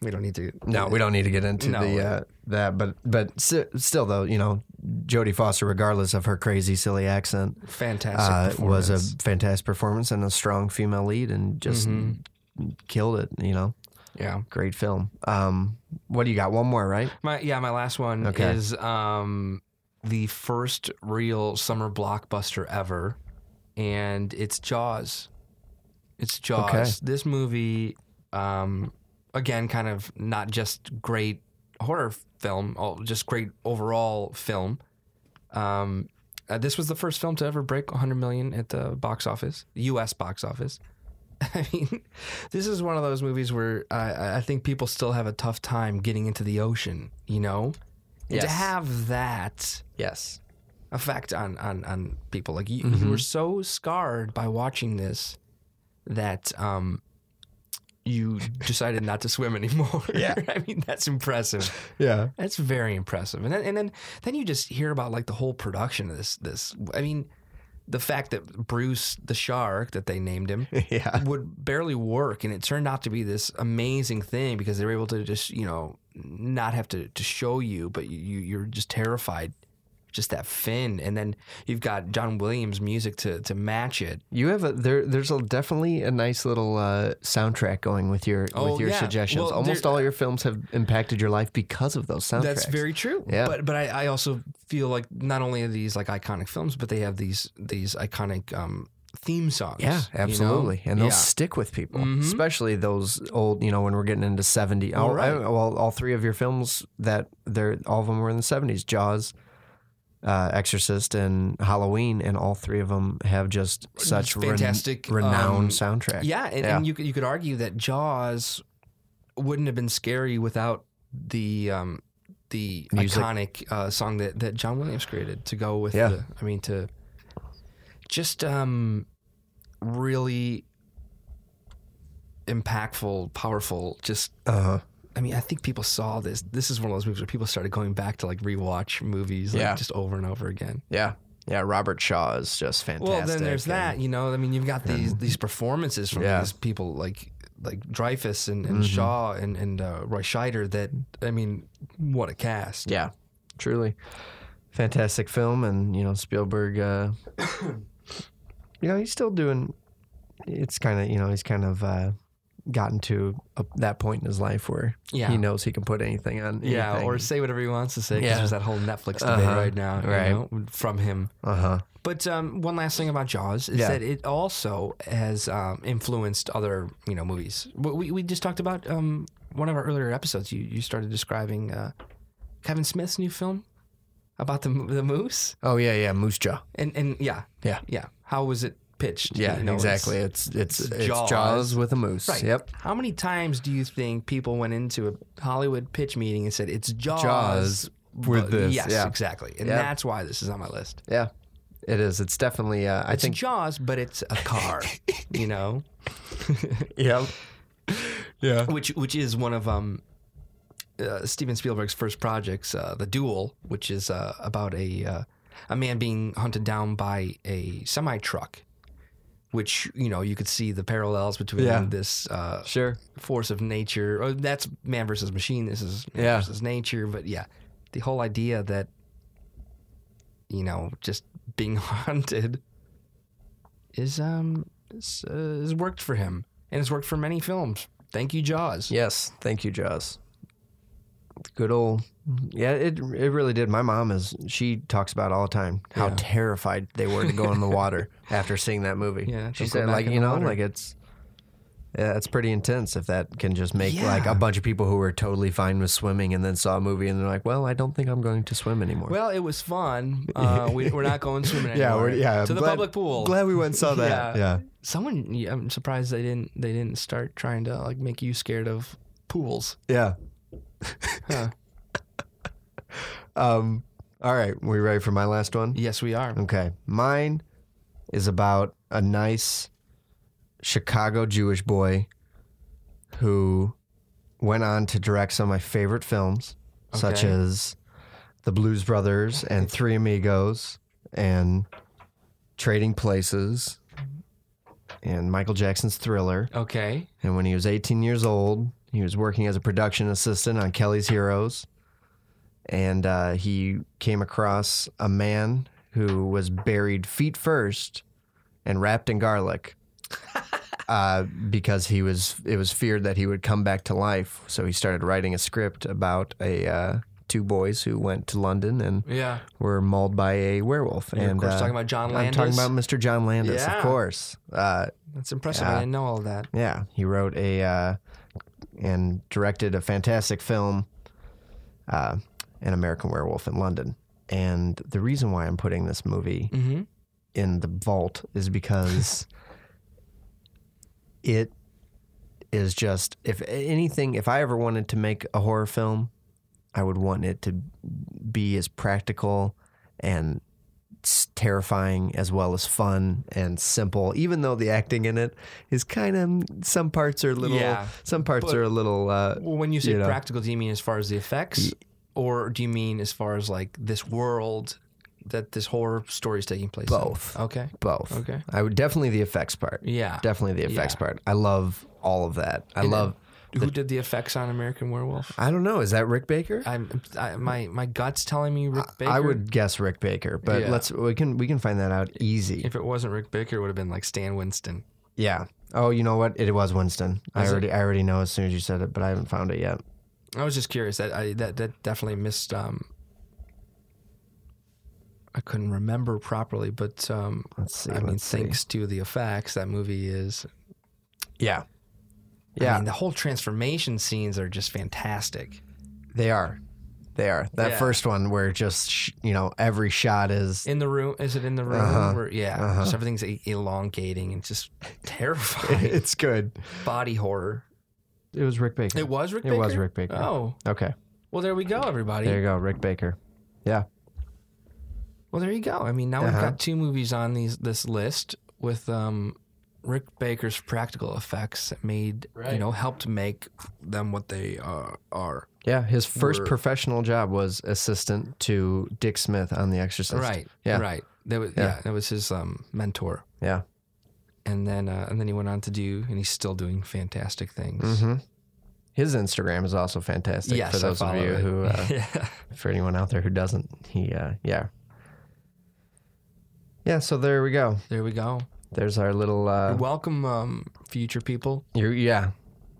Speaker 1: We don't need to.
Speaker 2: No, we don't need to get into
Speaker 1: No.
Speaker 2: the uh, that, but but s- still though, you know, Jodie Foster, regardless of her crazy silly accent, uh,
Speaker 1: fantastic.
Speaker 2: was a
Speaker 1: performance.
Speaker 2: fantastic performance and a strong female lead, and just
Speaker 1: Mm-hmm.
Speaker 2: killed it. You know,
Speaker 1: yeah.
Speaker 2: great film. Um, what do you got? One more, right?
Speaker 1: My yeah, my last one
Speaker 2: Okay.
Speaker 1: is um the first real summer blockbuster ever, and it's Jaws. It's Jaws.
Speaker 2: Okay.
Speaker 1: This movie, um, again, kind of not just great horror film, oh, just great overall film. Um, uh, this was the first film to ever break 100 million at the box office, U.S. box office. I mean, this is one of those movies where I, I think people still have a tough time getting into the ocean. You know, And to
Speaker 2: Yes.
Speaker 1: have that
Speaker 2: Yes.
Speaker 1: effect on on on people, like you,
Speaker 2: Mm-hmm.
Speaker 1: you were so scarred by watching this that um, you decided not to swim anymore.
Speaker 2: Yeah.
Speaker 1: I mean that's impressive.
Speaker 2: Yeah.
Speaker 1: That's very impressive. And then and then then you just hear about like the whole production of this this. I mean, the fact that Bruce the shark that they named him
Speaker 2: yeah.
Speaker 1: would barely work and it turned out to be this amazing thing because they were able to just you know not have to, to show you but you you're just terrified just that fin and then you've got john williams music to to match it
Speaker 2: You have a there. There's a, definitely a nice little uh, soundtrack going with your
Speaker 1: Oh,
Speaker 2: with your
Speaker 1: yeah.
Speaker 2: suggestions.
Speaker 1: Well,
Speaker 2: Almost
Speaker 1: there-
Speaker 2: all your films have impacted your life because of those soundtracks.
Speaker 1: That's very true.
Speaker 2: Yeah.
Speaker 1: But but I, I also feel like not only are these like iconic films, but they have these these iconic um, theme songs.
Speaker 2: Yeah,
Speaker 1: you know?
Speaker 2: absolutely. And they'll
Speaker 1: Yeah.
Speaker 2: stick with people,
Speaker 1: Mhm.
Speaker 2: especially those old, you know, when we're getting into 70. All,
Speaker 1: right.
Speaker 2: I- well, all three of your films that they're all of them were in the 70s Jaws, uh, Exorcist, and Halloween. And all three of them have just such ren-
Speaker 1: Fantastic,
Speaker 2: renowned
Speaker 1: um,
Speaker 2: soundtrack.
Speaker 1: Yeah, and,
Speaker 2: Yeah.
Speaker 1: and you could- you could argue that Jaws wouldn't have been scary without the um, the
Speaker 2: Music.
Speaker 1: iconic uh, song that, that John Williams created to go with.
Speaker 2: Yeah.
Speaker 1: The, I mean to just um, really impactful, powerful. Just
Speaker 2: Uh huh.
Speaker 1: I mean, I think people saw this. This is one of those movies where people started going back to like rewatch movies, like,
Speaker 2: Yeah.
Speaker 1: just over and over again.
Speaker 2: Yeah. Yeah. Robert Shaw is just fantastic.
Speaker 1: Well, then there's
Speaker 2: and-
Speaker 1: that. You know, I mean, you've got these these performances from
Speaker 2: Yeah. Mm-hmm.
Speaker 1: these people like like Dreyfus and, and Shaw and and uh, Roy Scheider. That I mean, what a cast!
Speaker 2: Yeah. Truly. Fantastic film. And, you know, Spielberg, uh, you know, he's still doing, it's kind of, you know, he's kind of, uh, gotten to a, that point in his life where
Speaker 1: Yeah.
Speaker 2: he knows he can put anything on.
Speaker 1: Yeah,
Speaker 2: anything.
Speaker 1: or say whatever he wants to say. Because
Speaker 2: Yeah.
Speaker 1: there's that whole Netflix debate
Speaker 2: Uh-huh.
Speaker 1: right now, you
Speaker 2: Right.
Speaker 1: know, from him.
Speaker 2: uh huh.
Speaker 1: But um, one last thing about Jaws is
Speaker 2: Yeah.
Speaker 1: that it also has um, influenced other you know movies. We- We, we just talked about um, one of our earlier episodes. You you started describing uh, Kevin Smith's new film about the the moose.
Speaker 2: Oh yeah, yeah, Moose Jaw.
Speaker 1: And and yeah,
Speaker 2: Yeah.
Speaker 1: yeah. How was it pitched?
Speaker 2: Yeah,
Speaker 1: You know,
Speaker 2: exactly.
Speaker 1: it's-
Speaker 2: It's it's it's,
Speaker 1: Jaws.
Speaker 2: Jaws. with a moose.
Speaker 1: Right.
Speaker 2: Yep.
Speaker 1: How many times do you think people went into a Hollywood pitch meeting and said it's Jaws?
Speaker 2: Jaws with
Speaker 1: but-
Speaker 2: this,
Speaker 1: Yes,
Speaker 2: yeah.
Speaker 1: exactly. And
Speaker 2: Yeah.
Speaker 1: that's why this is on my list.
Speaker 2: Yeah. It is. It's definitely. Uh, I
Speaker 1: It's
Speaker 2: think.
Speaker 1: Jaws, but it's a car. you know,
Speaker 2: Yep. Yeah.
Speaker 1: which which is one of um. Uh, Steven Spielberg's first projects, uh, The Duel, which is uh, about a uh, a man being hunted down by a semi truck, which you know you could see the parallels between
Speaker 2: Yeah.
Speaker 1: this uh,
Speaker 2: Sure.
Speaker 1: force of nature. Or that's man versus machine. This is man
Speaker 2: Yeah.
Speaker 1: versus nature. But yeah, the whole idea that you know just being haunted is um is, uh, has worked for him, and it's worked for many films. Thank you, Jaws.
Speaker 2: Yes. Thank you, Jaws. Good old. Yeah. It it really did. My mom is. She talks about all the time how
Speaker 1: Yeah.
Speaker 2: terrified they were to go in the water after seeing that movie.
Speaker 1: Yeah,
Speaker 2: She
Speaker 1: don't go
Speaker 2: said,
Speaker 1: back
Speaker 2: like
Speaker 1: in
Speaker 2: you
Speaker 1: the
Speaker 2: know,
Speaker 1: water.
Speaker 2: like it's. Yeah, it's pretty intense if that can just make like
Speaker 1: Yeah.
Speaker 2: a bunch of people who were totally fine with swimming and then saw a movie and they're like, "Well, I don't think I'm going to swim anymore."
Speaker 1: Well, it was fun. Uh, we, we're not going swimming anymore.
Speaker 2: Yeah, we're, yeah.
Speaker 1: to the
Speaker 2: glad-
Speaker 1: public pool.
Speaker 2: Glad we went and saw that.
Speaker 1: Yeah.
Speaker 2: yeah.
Speaker 1: Someone, yeah, I'm surprised they didn't. They didn't start trying to like make you scared of pools.
Speaker 2: Yeah.
Speaker 1: Huh.
Speaker 2: Um, all right. We ready for my last one?
Speaker 1: Yes, we are.
Speaker 2: Okay. Mine is about a nice Chicago Jewish boy who went on to direct some of my favorite films, such
Speaker 1: Okay.
Speaker 2: as The Blues Brothers and Three Amigos and Trading Places and Michael Jackson's Thriller.
Speaker 1: Okay.
Speaker 2: And when he was 18 years old, he was working as a production assistant on Kelly's Heroes. And uh, he came across a man who was buried feet first and wrapped in garlic uh, because he was it was feared that he would come back to life. So he started writing a script about a uh, two boys who went to London and
Speaker 1: Yeah.
Speaker 2: were mauled by a werewolf.
Speaker 1: You're
Speaker 2: and
Speaker 1: of course
Speaker 2: uh,
Speaker 1: talking about John
Speaker 2: I'm
Speaker 1: Landis.
Speaker 2: talking about Mr. John Landis,
Speaker 1: Yeah.
Speaker 2: of course. Uh,
Speaker 1: That's impressive. I
Speaker 2: Yeah.
Speaker 1: didn't know all that.
Speaker 2: yeah, he wrote a uh, and directed a fantastic film, uh, An American Werewolf in London. And the reason why I'm putting this movie
Speaker 1: Mm-hmm.
Speaker 2: in the vault is because it is just if anything if I ever wanted to make a horror film, I would want it to be as practical and s- terrifying as well as fun and simple even though the acting in it is kind of some parts are a little
Speaker 1: Yeah,
Speaker 2: some parts
Speaker 1: but-
Speaker 2: are a little uh,
Speaker 1: Well, when you say
Speaker 2: You know.
Speaker 1: practical, do you mean as far as the effects, or do you mean as far as like this world that this horror story is taking place? in?
Speaker 2: Both.
Speaker 1: Okay.
Speaker 2: both
Speaker 1: Okay.
Speaker 2: i would definitely the effects part
Speaker 1: Yeah.
Speaker 2: definitely the effects
Speaker 1: Yeah.
Speaker 2: part i love all of that i
Speaker 1: And
Speaker 2: love
Speaker 1: Who did the effects on American Werewolf?
Speaker 2: i don't know is that rick baker
Speaker 1: I'm I, my my gut's telling me Rick Baker.
Speaker 2: I would guess Rick Baker, but
Speaker 1: Yeah.
Speaker 2: let's we can we can find that out easy.
Speaker 1: If it wasn't Rick Baker, it would have been like Stan Winston.
Speaker 2: yeah. Oh, you know what? It was Winston. I
Speaker 1: Was it?
Speaker 2: already I already know as soon as you said it, but I haven't found it yet.
Speaker 1: I was just curious. That I that that definitely missed. Um, I couldn't remember properly, but um,
Speaker 2: Let's see.
Speaker 1: I mean,
Speaker 2: let's see.
Speaker 1: thanks to the effects, that movie is
Speaker 2: Yeah.
Speaker 1: Yeah.
Speaker 2: Yeah,
Speaker 1: I mean, the whole transformation scenes are just fantastic.
Speaker 2: they are. They are. That
Speaker 1: Yeah.
Speaker 2: first one where just sh- you know every shot is
Speaker 1: In the room, is it in the room?
Speaker 2: Uh-huh.
Speaker 1: Where, yeah,
Speaker 2: Uh-huh.
Speaker 1: just everything's e- elongating and just terrifying.
Speaker 2: it's good.
Speaker 1: Body horror.
Speaker 2: It was Rick Baker.
Speaker 1: It was Rick
Speaker 2: It
Speaker 1: Baker.
Speaker 2: was Rick Baker.
Speaker 1: Oh,
Speaker 2: Okay.
Speaker 1: well, there we go, everybody.
Speaker 2: There you go, Rick Baker. Yeah.
Speaker 1: Well, there you go. I mean, now we've
Speaker 2: Uh-huh.
Speaker 1: got two movies on these this list with um, Rick Baker's practical effects that made you
Speaker 3: Right.
Speaker 1: know helped make them what they uh, are.
Speaker 2: Yeah, his 1st
Speaker 1: Were-
Speaker 2: professional job was assistant to Dick Smith on The Exorcist.
Speaker 1: right.
Speaker 2: Yeah.
Speaker 1: Right. That was yeah.
Speaker 2: Yeah.
Speaker 1: That was his um, mentor,
Speaker 2: Yeah.
Speaker 1: and then uh, and then he went on to do, and he's still doing fantastic things.
Speaker 2: hmm His Instagram is also fantastic
Speaker 1: Mm-hmm. Yes,
Speaker 2: for
Speaker 1: I
Speaker 2: those of
Speaker 1: follow
Speaker 2: you
Speaker 1: it.
Speaker 2: who, uh,
Speaker 1: yeah.
Speaker 2: for anyone out there who doesn't, he, uh, yeah. Yeah, so there we go.
Speaker 1: There we go.
Speaker 2: There's our little, uh,
Speaker 1: Welcome, um, future people.
Speaker 2: you yeah,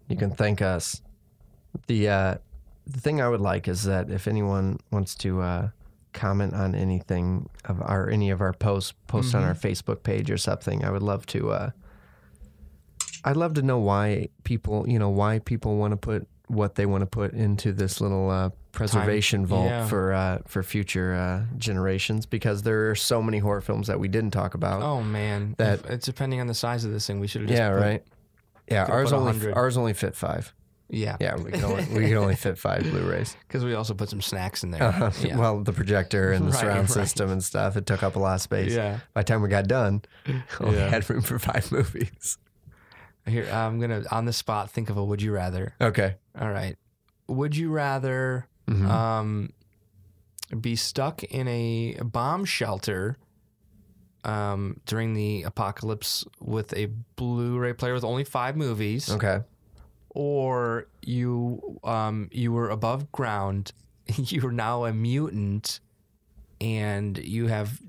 Speaker 2: you can thank us. The, uh, the thing I would like is that if anyone wants to uh, comment on anything of our any of our posts, post on our
Speaker 1: Mm-hmm.
Speaker 2: Facebook page or something, I would love to. Uh, I'd love to know why people, you know, why people want to put what they want to put into this little uh, preservation vault
Speaker 1: yeah.
Speaker 2: for uh, for future uh, generations, because there are so many horror films that we didn't talk about.
Speaker 1: Oh man,
Speaker 2: That-
Speaker 1: If- it's depending on the size of this thing. We should have just
Speaker 2: yeah,
Speaker 1: put-
Speaker 2: right. Yeah,
Speaker 1: Could've
Speaker 2: ours
Speaker 1: put
Speaker 2: only
Speaker 1: 100.
Speaker 2: ours only fit five.
Speaker 1: Yeah,
Speaker 2: Yeah, we can only, we can only fit five Blu-rays.
Speaker 1: because we also put some snacks in there.
Speaker 2: Uh,
Speaker 1: yeah.
Speaker 2: Well, the projector and the
Speaker 1: Right,
Speaker 2: surround
Speaker 1: right.
Speaker 2: system and stuff, it took up a lot of space.
Speaker 1: yeah.
Speaker 2: By the time we got done, we
Speaker 1: Yeah.
Speaker 2: had room for five movies.
Speaker 1: Here, I'm gonna on the spot think of a would you rather.
Speaker 2: Okay.
Speaker 1: All right, would you rather
Speaker 2: Mhm.
Speaker 1: um, be stuck in a bomb shelter um, during the apocalypse with a Blu-ray player with only five movies,
Speaker 2: Okay.
Speaker 1: or you um, you were above ground, you are now a mutant, and you have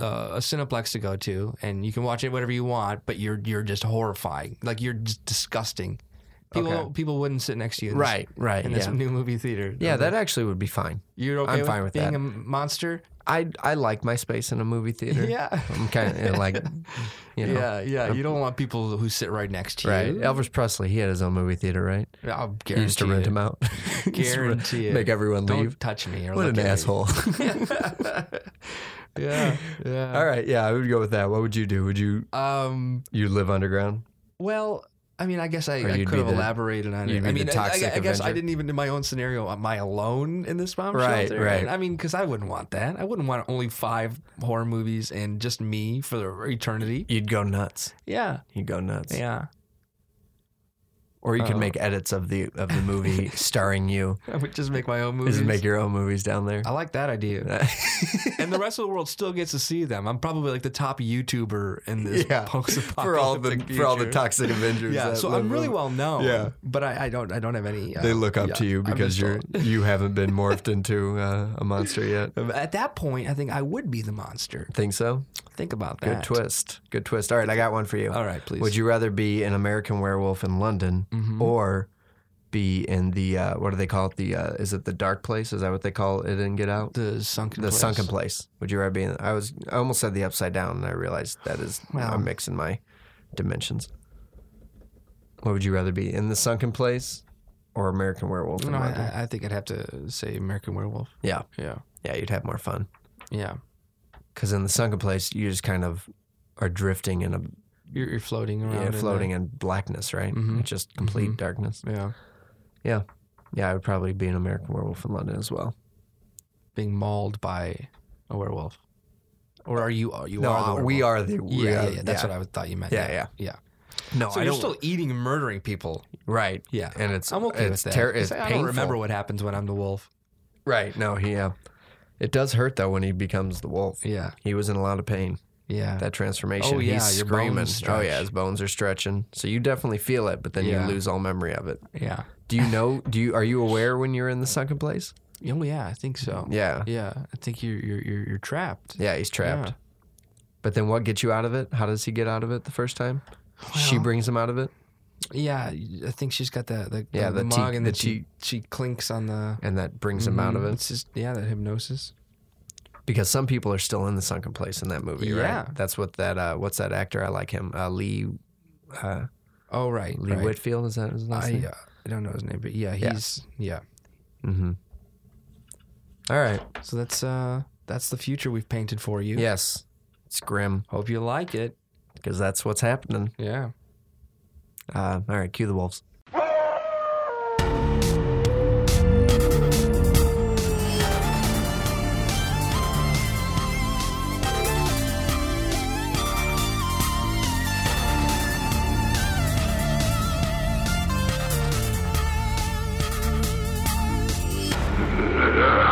Speaker 1: uh, a Cineplex to go to, and you can watch it whatever you want, but you're you're just horrifying, like you're just disgusting. People
Speaker 2: Okay.
Speaker 1: people wouldn't sit next to you, in this-
Speaker 2: Right. Right.
Speaker 1: in this
Speaker 2: Yeah.
Speaker 1: new movie theater.
Speaker 2: yeah. That actually would be fine.
Speaker 1: you're okay
Speaker 2: I'm
Speaker 1: with
Speaker 2: fine with
Speaker 1: being
Speaker 2: that.
Speaker 1: a monster.
Speaker 2: I I like my space in a movie theater.
Speaker 1: Yeah.
Speaker 2: I'm kind of like, you know.
Speaker 1: Yeah, yeah. You don't want people who sit right next to
Speaker 2: Right.
Speaker 1: you.
Speaker 2: Elvis Presley, he had his own movie theater, right?
Speaker 1: I'll
Speaker 2: He
Speaker 1: guarantee
Speaker 2: used to rent
Speaker 1: it.
Speaker 2: him out. He used to re-
Speaker 1: Guarantee it.
Speaker 2: Make everyone
Speaker 1: Don't
Speaker 2: leave.
Speaker 1: touch me. Or
Speaker 2: What
Speaker 1: look
Speaker 2: an
Speaker 1: at me.
Speaker 2: asshole.
Speaker 1: Yeah, yeah.
Speaker 2: All right. Yeah. I would go with that. What would you do? Would you,
Speaker 1: Um.
Speaker 2: you live underground?
Speaker 1: Well, I mean, I guess I,
Speaker 2: Or
Speaker 1: I
Speaker 2: you'd
Speaker 1: could
Speaker 2: be
Speaker 1: have
Speaker 2: the-
Speaker 1: elaborated on
Speaker 2: you'd
Speaker 1: it.
Speaker 2: be
Speaker 1: I
Speaker 2: the
Speaker 1: mean, I-
Speaker 2: toxic
Speaker 1: I, I guess I
Speaker 2: Avenger.
Speaker 1: didn't even in my own scenario. Am I alone in this bomb
Speaker 2: Right,
Speaker 1: shelter?
Speaker 2: right.
Speaker 1: And I mean, because I wouldn't want that. I wouldn't want only five horror movies and just me for the eternity.
Speaker 2: You'd go nuts.
Speaker 1: Yeah,
Speaker 2: You'd go nuts.
Speaker 1: yeah.
Speaker 2: Or you could
Speaker 1: Uh,
Speaker 2: make edits of the of the movie starring you.
Speaker 1: I would just make my own movies.
Speaker 2: Just make your own movies down there.
Speaker 1: I like that idea. and the rest of the world still gets to see them. I'm probably like the top YouTuber in this
Speaker 2: Yeah.
Speaker 1: post-apocalyptic
Speaker 2: for all the for all the
Speaker 1: future.
Speaker 2: toxic Avengers.
Speaker 1: Yeah,
Speaker 2: that
Speaker 1: so
Speaker 2: live
Speaker 1: I'm really
Speaker 2: with-
Speaker 1: well known.
Speaker 2: Yeah.
Speaker 1: but I, I don't I don't have any. Uh,
Speaker 2: They look up
Speaker 1: yeah,
Speaker 2: to you
Speaker 1: I'm
Speaker 2: because
Speaker 1: just
Speaker 2: you're you haven't been morphed into uh, a monster yet.
Speaker 1: At that point, I think I would be the monster.
Speaker 2: Think so?
Speaker 1: Think about
Speaker 2: Good
Speaker 1: that.
Speaker 2: twist. Good twist. All right, I got one for you.
Speaker 1: All right, Oh, please. Mm-hmm.
Speaker 2: Would you rather be an American Werewolf in London or be in the uh, what do they call it? The uh, is it the Dark Place? Is that what they call it in Get Out?
Speaker 1: the sunken
Speaker 2: the
Speaker 1: place.
Speaker 2: sunken place. Would you rather be in? I was I almost said the upside down, and I realized that is
Speaker 1: Well.
Speaker 2: I'm mixing my dimensions. What would you rather be in the sunken place or American Werewolf? in
Speaker 1: No, I-
Speaker 2: London?
Speaker 1: I, I think I'd have to say American Werewolf.
Speaker 2: yeah,
Speaker 1: Yeah,
Speaker 2: yeah, you'd have more fun
Speaker 1: yeah.
Speaker 2: because in the sunken place you just kind of are drifting in a
Speaker 1: You're, you're floating around.
Speaker 2: yeah,
Speaker 1: in
Speaker 2: floating in blackness, right?
Speaker 1: Mhm.
Speaker 2: It's just complete darkness.
Speaker 1: the- yeah,
Speaker 2: Yeah, I would probably be an American Werewolf in London as well.
Speaker 1: being mauled by a werewolf. Or are you? Are you
Speaker 2: no,
Speaker 1: are the
Speaker 2: we
Speaker 1: werewolf.
Speaker 2: are the we
Speaker 1: Yeah,
Speaker 2: are-
Speaker 1: yeah, yeah. That's what I thought you meant.
Speaker 2: Yeah, yeah.
Speaker 1: yeah.
Speaker 2: No,
Speaker 1: So
Speaker 2: I
Speaker 1: you're
Speaker 2: don't.
Speaker 1: still eating and murdering people.
Speaker 2: right,
Speaker 1: Yeah.
Speaker 2: and it's
Speaker 1: I'm okay
Speaker 2: it's
Speaker 1: with that.
Speaker 2: ter-
Speaker 1: Because
Speaker 2: it's
Speaker 1: I don't remember
Speaker 2: painful.
Speaker 1: what happens when I'm the wolf.
Speaker 2: Right. No, he. Uh, it does hurt though when he becomes the wolf.
Speaker 1: Yeah.
Speaker 2: He was in a lot of pain.
Speaker 1: Yeah.
Speaker 2: That transformation.
Speaker 1: Oh, yeah,
Speaker 2: He's
Speaker 1: your
Speaker 2: screaming.
Speaker 1: bones
Speaker 2: oh
Speaker 1: stretch.
Speaker 2: yeah, his bones are stretching. So you definitely feel it, but then
Speaker 1: Yeah.
Speaker 2: you lose all memory of it.
Speaker 1: yeah.
Speaker 2: Do you know? Do you are you aware when you're in the sunken place?
Speaker 1: Oh yeah, I think so.
Speaker 2: Yeah.
Speaker 1: Yeah, I think you're you're you're, you're trapped.
Speaker 2: Yeah, he's trapped.
Speaker 1: Yeah.
Speaker 2: But then what gets you out of it? How does he get out of it the first time? she
Speaker 1: Well-
Speaker 2: brings him out of it,
Speaker 1: Yeah, I think she's got the the,
Speaker 2: Yeah,
Speaker 1: the,
Speaker 2: the
Speaker 1: mug
Speaker 2: tea-
Speaker 1: and then
Speaker 2: the
Speaker 1: she she clinks on the Mm-hmm.
Speaker 2: and that brings him out of it.
Speaker 1: It's just yeah, that hypnosis.
Speaker 2: Because some people are still in the sunken place in that movie,
Speaker 1: Yeah.
Speaker 2: right? That's what that. Uh, what's that actor? I like him. Uh, Lee uh,
Speaker 1: Oh right,
Speaker 2: Lee
Speaker 1: right.
Speaker 2: Whitfield. Is that his last
Speaker 1: I,
Speaker 2: name?
Speaker 1: uh, I don't know his name, but yeah, he's yeah.
Speaker 2: Mm-hmm. All right.
Speaker 1: So that's uh that's the future we've painted for you.
Speaker 2: Yes. It's grim
Speaker 1: Hope you like it.
Speaker 2: because that's what's happening.
Speaker 1: Yeah.
Speaker 2: Uh, all right. Cue the wolves.
Speaker 3: Murder.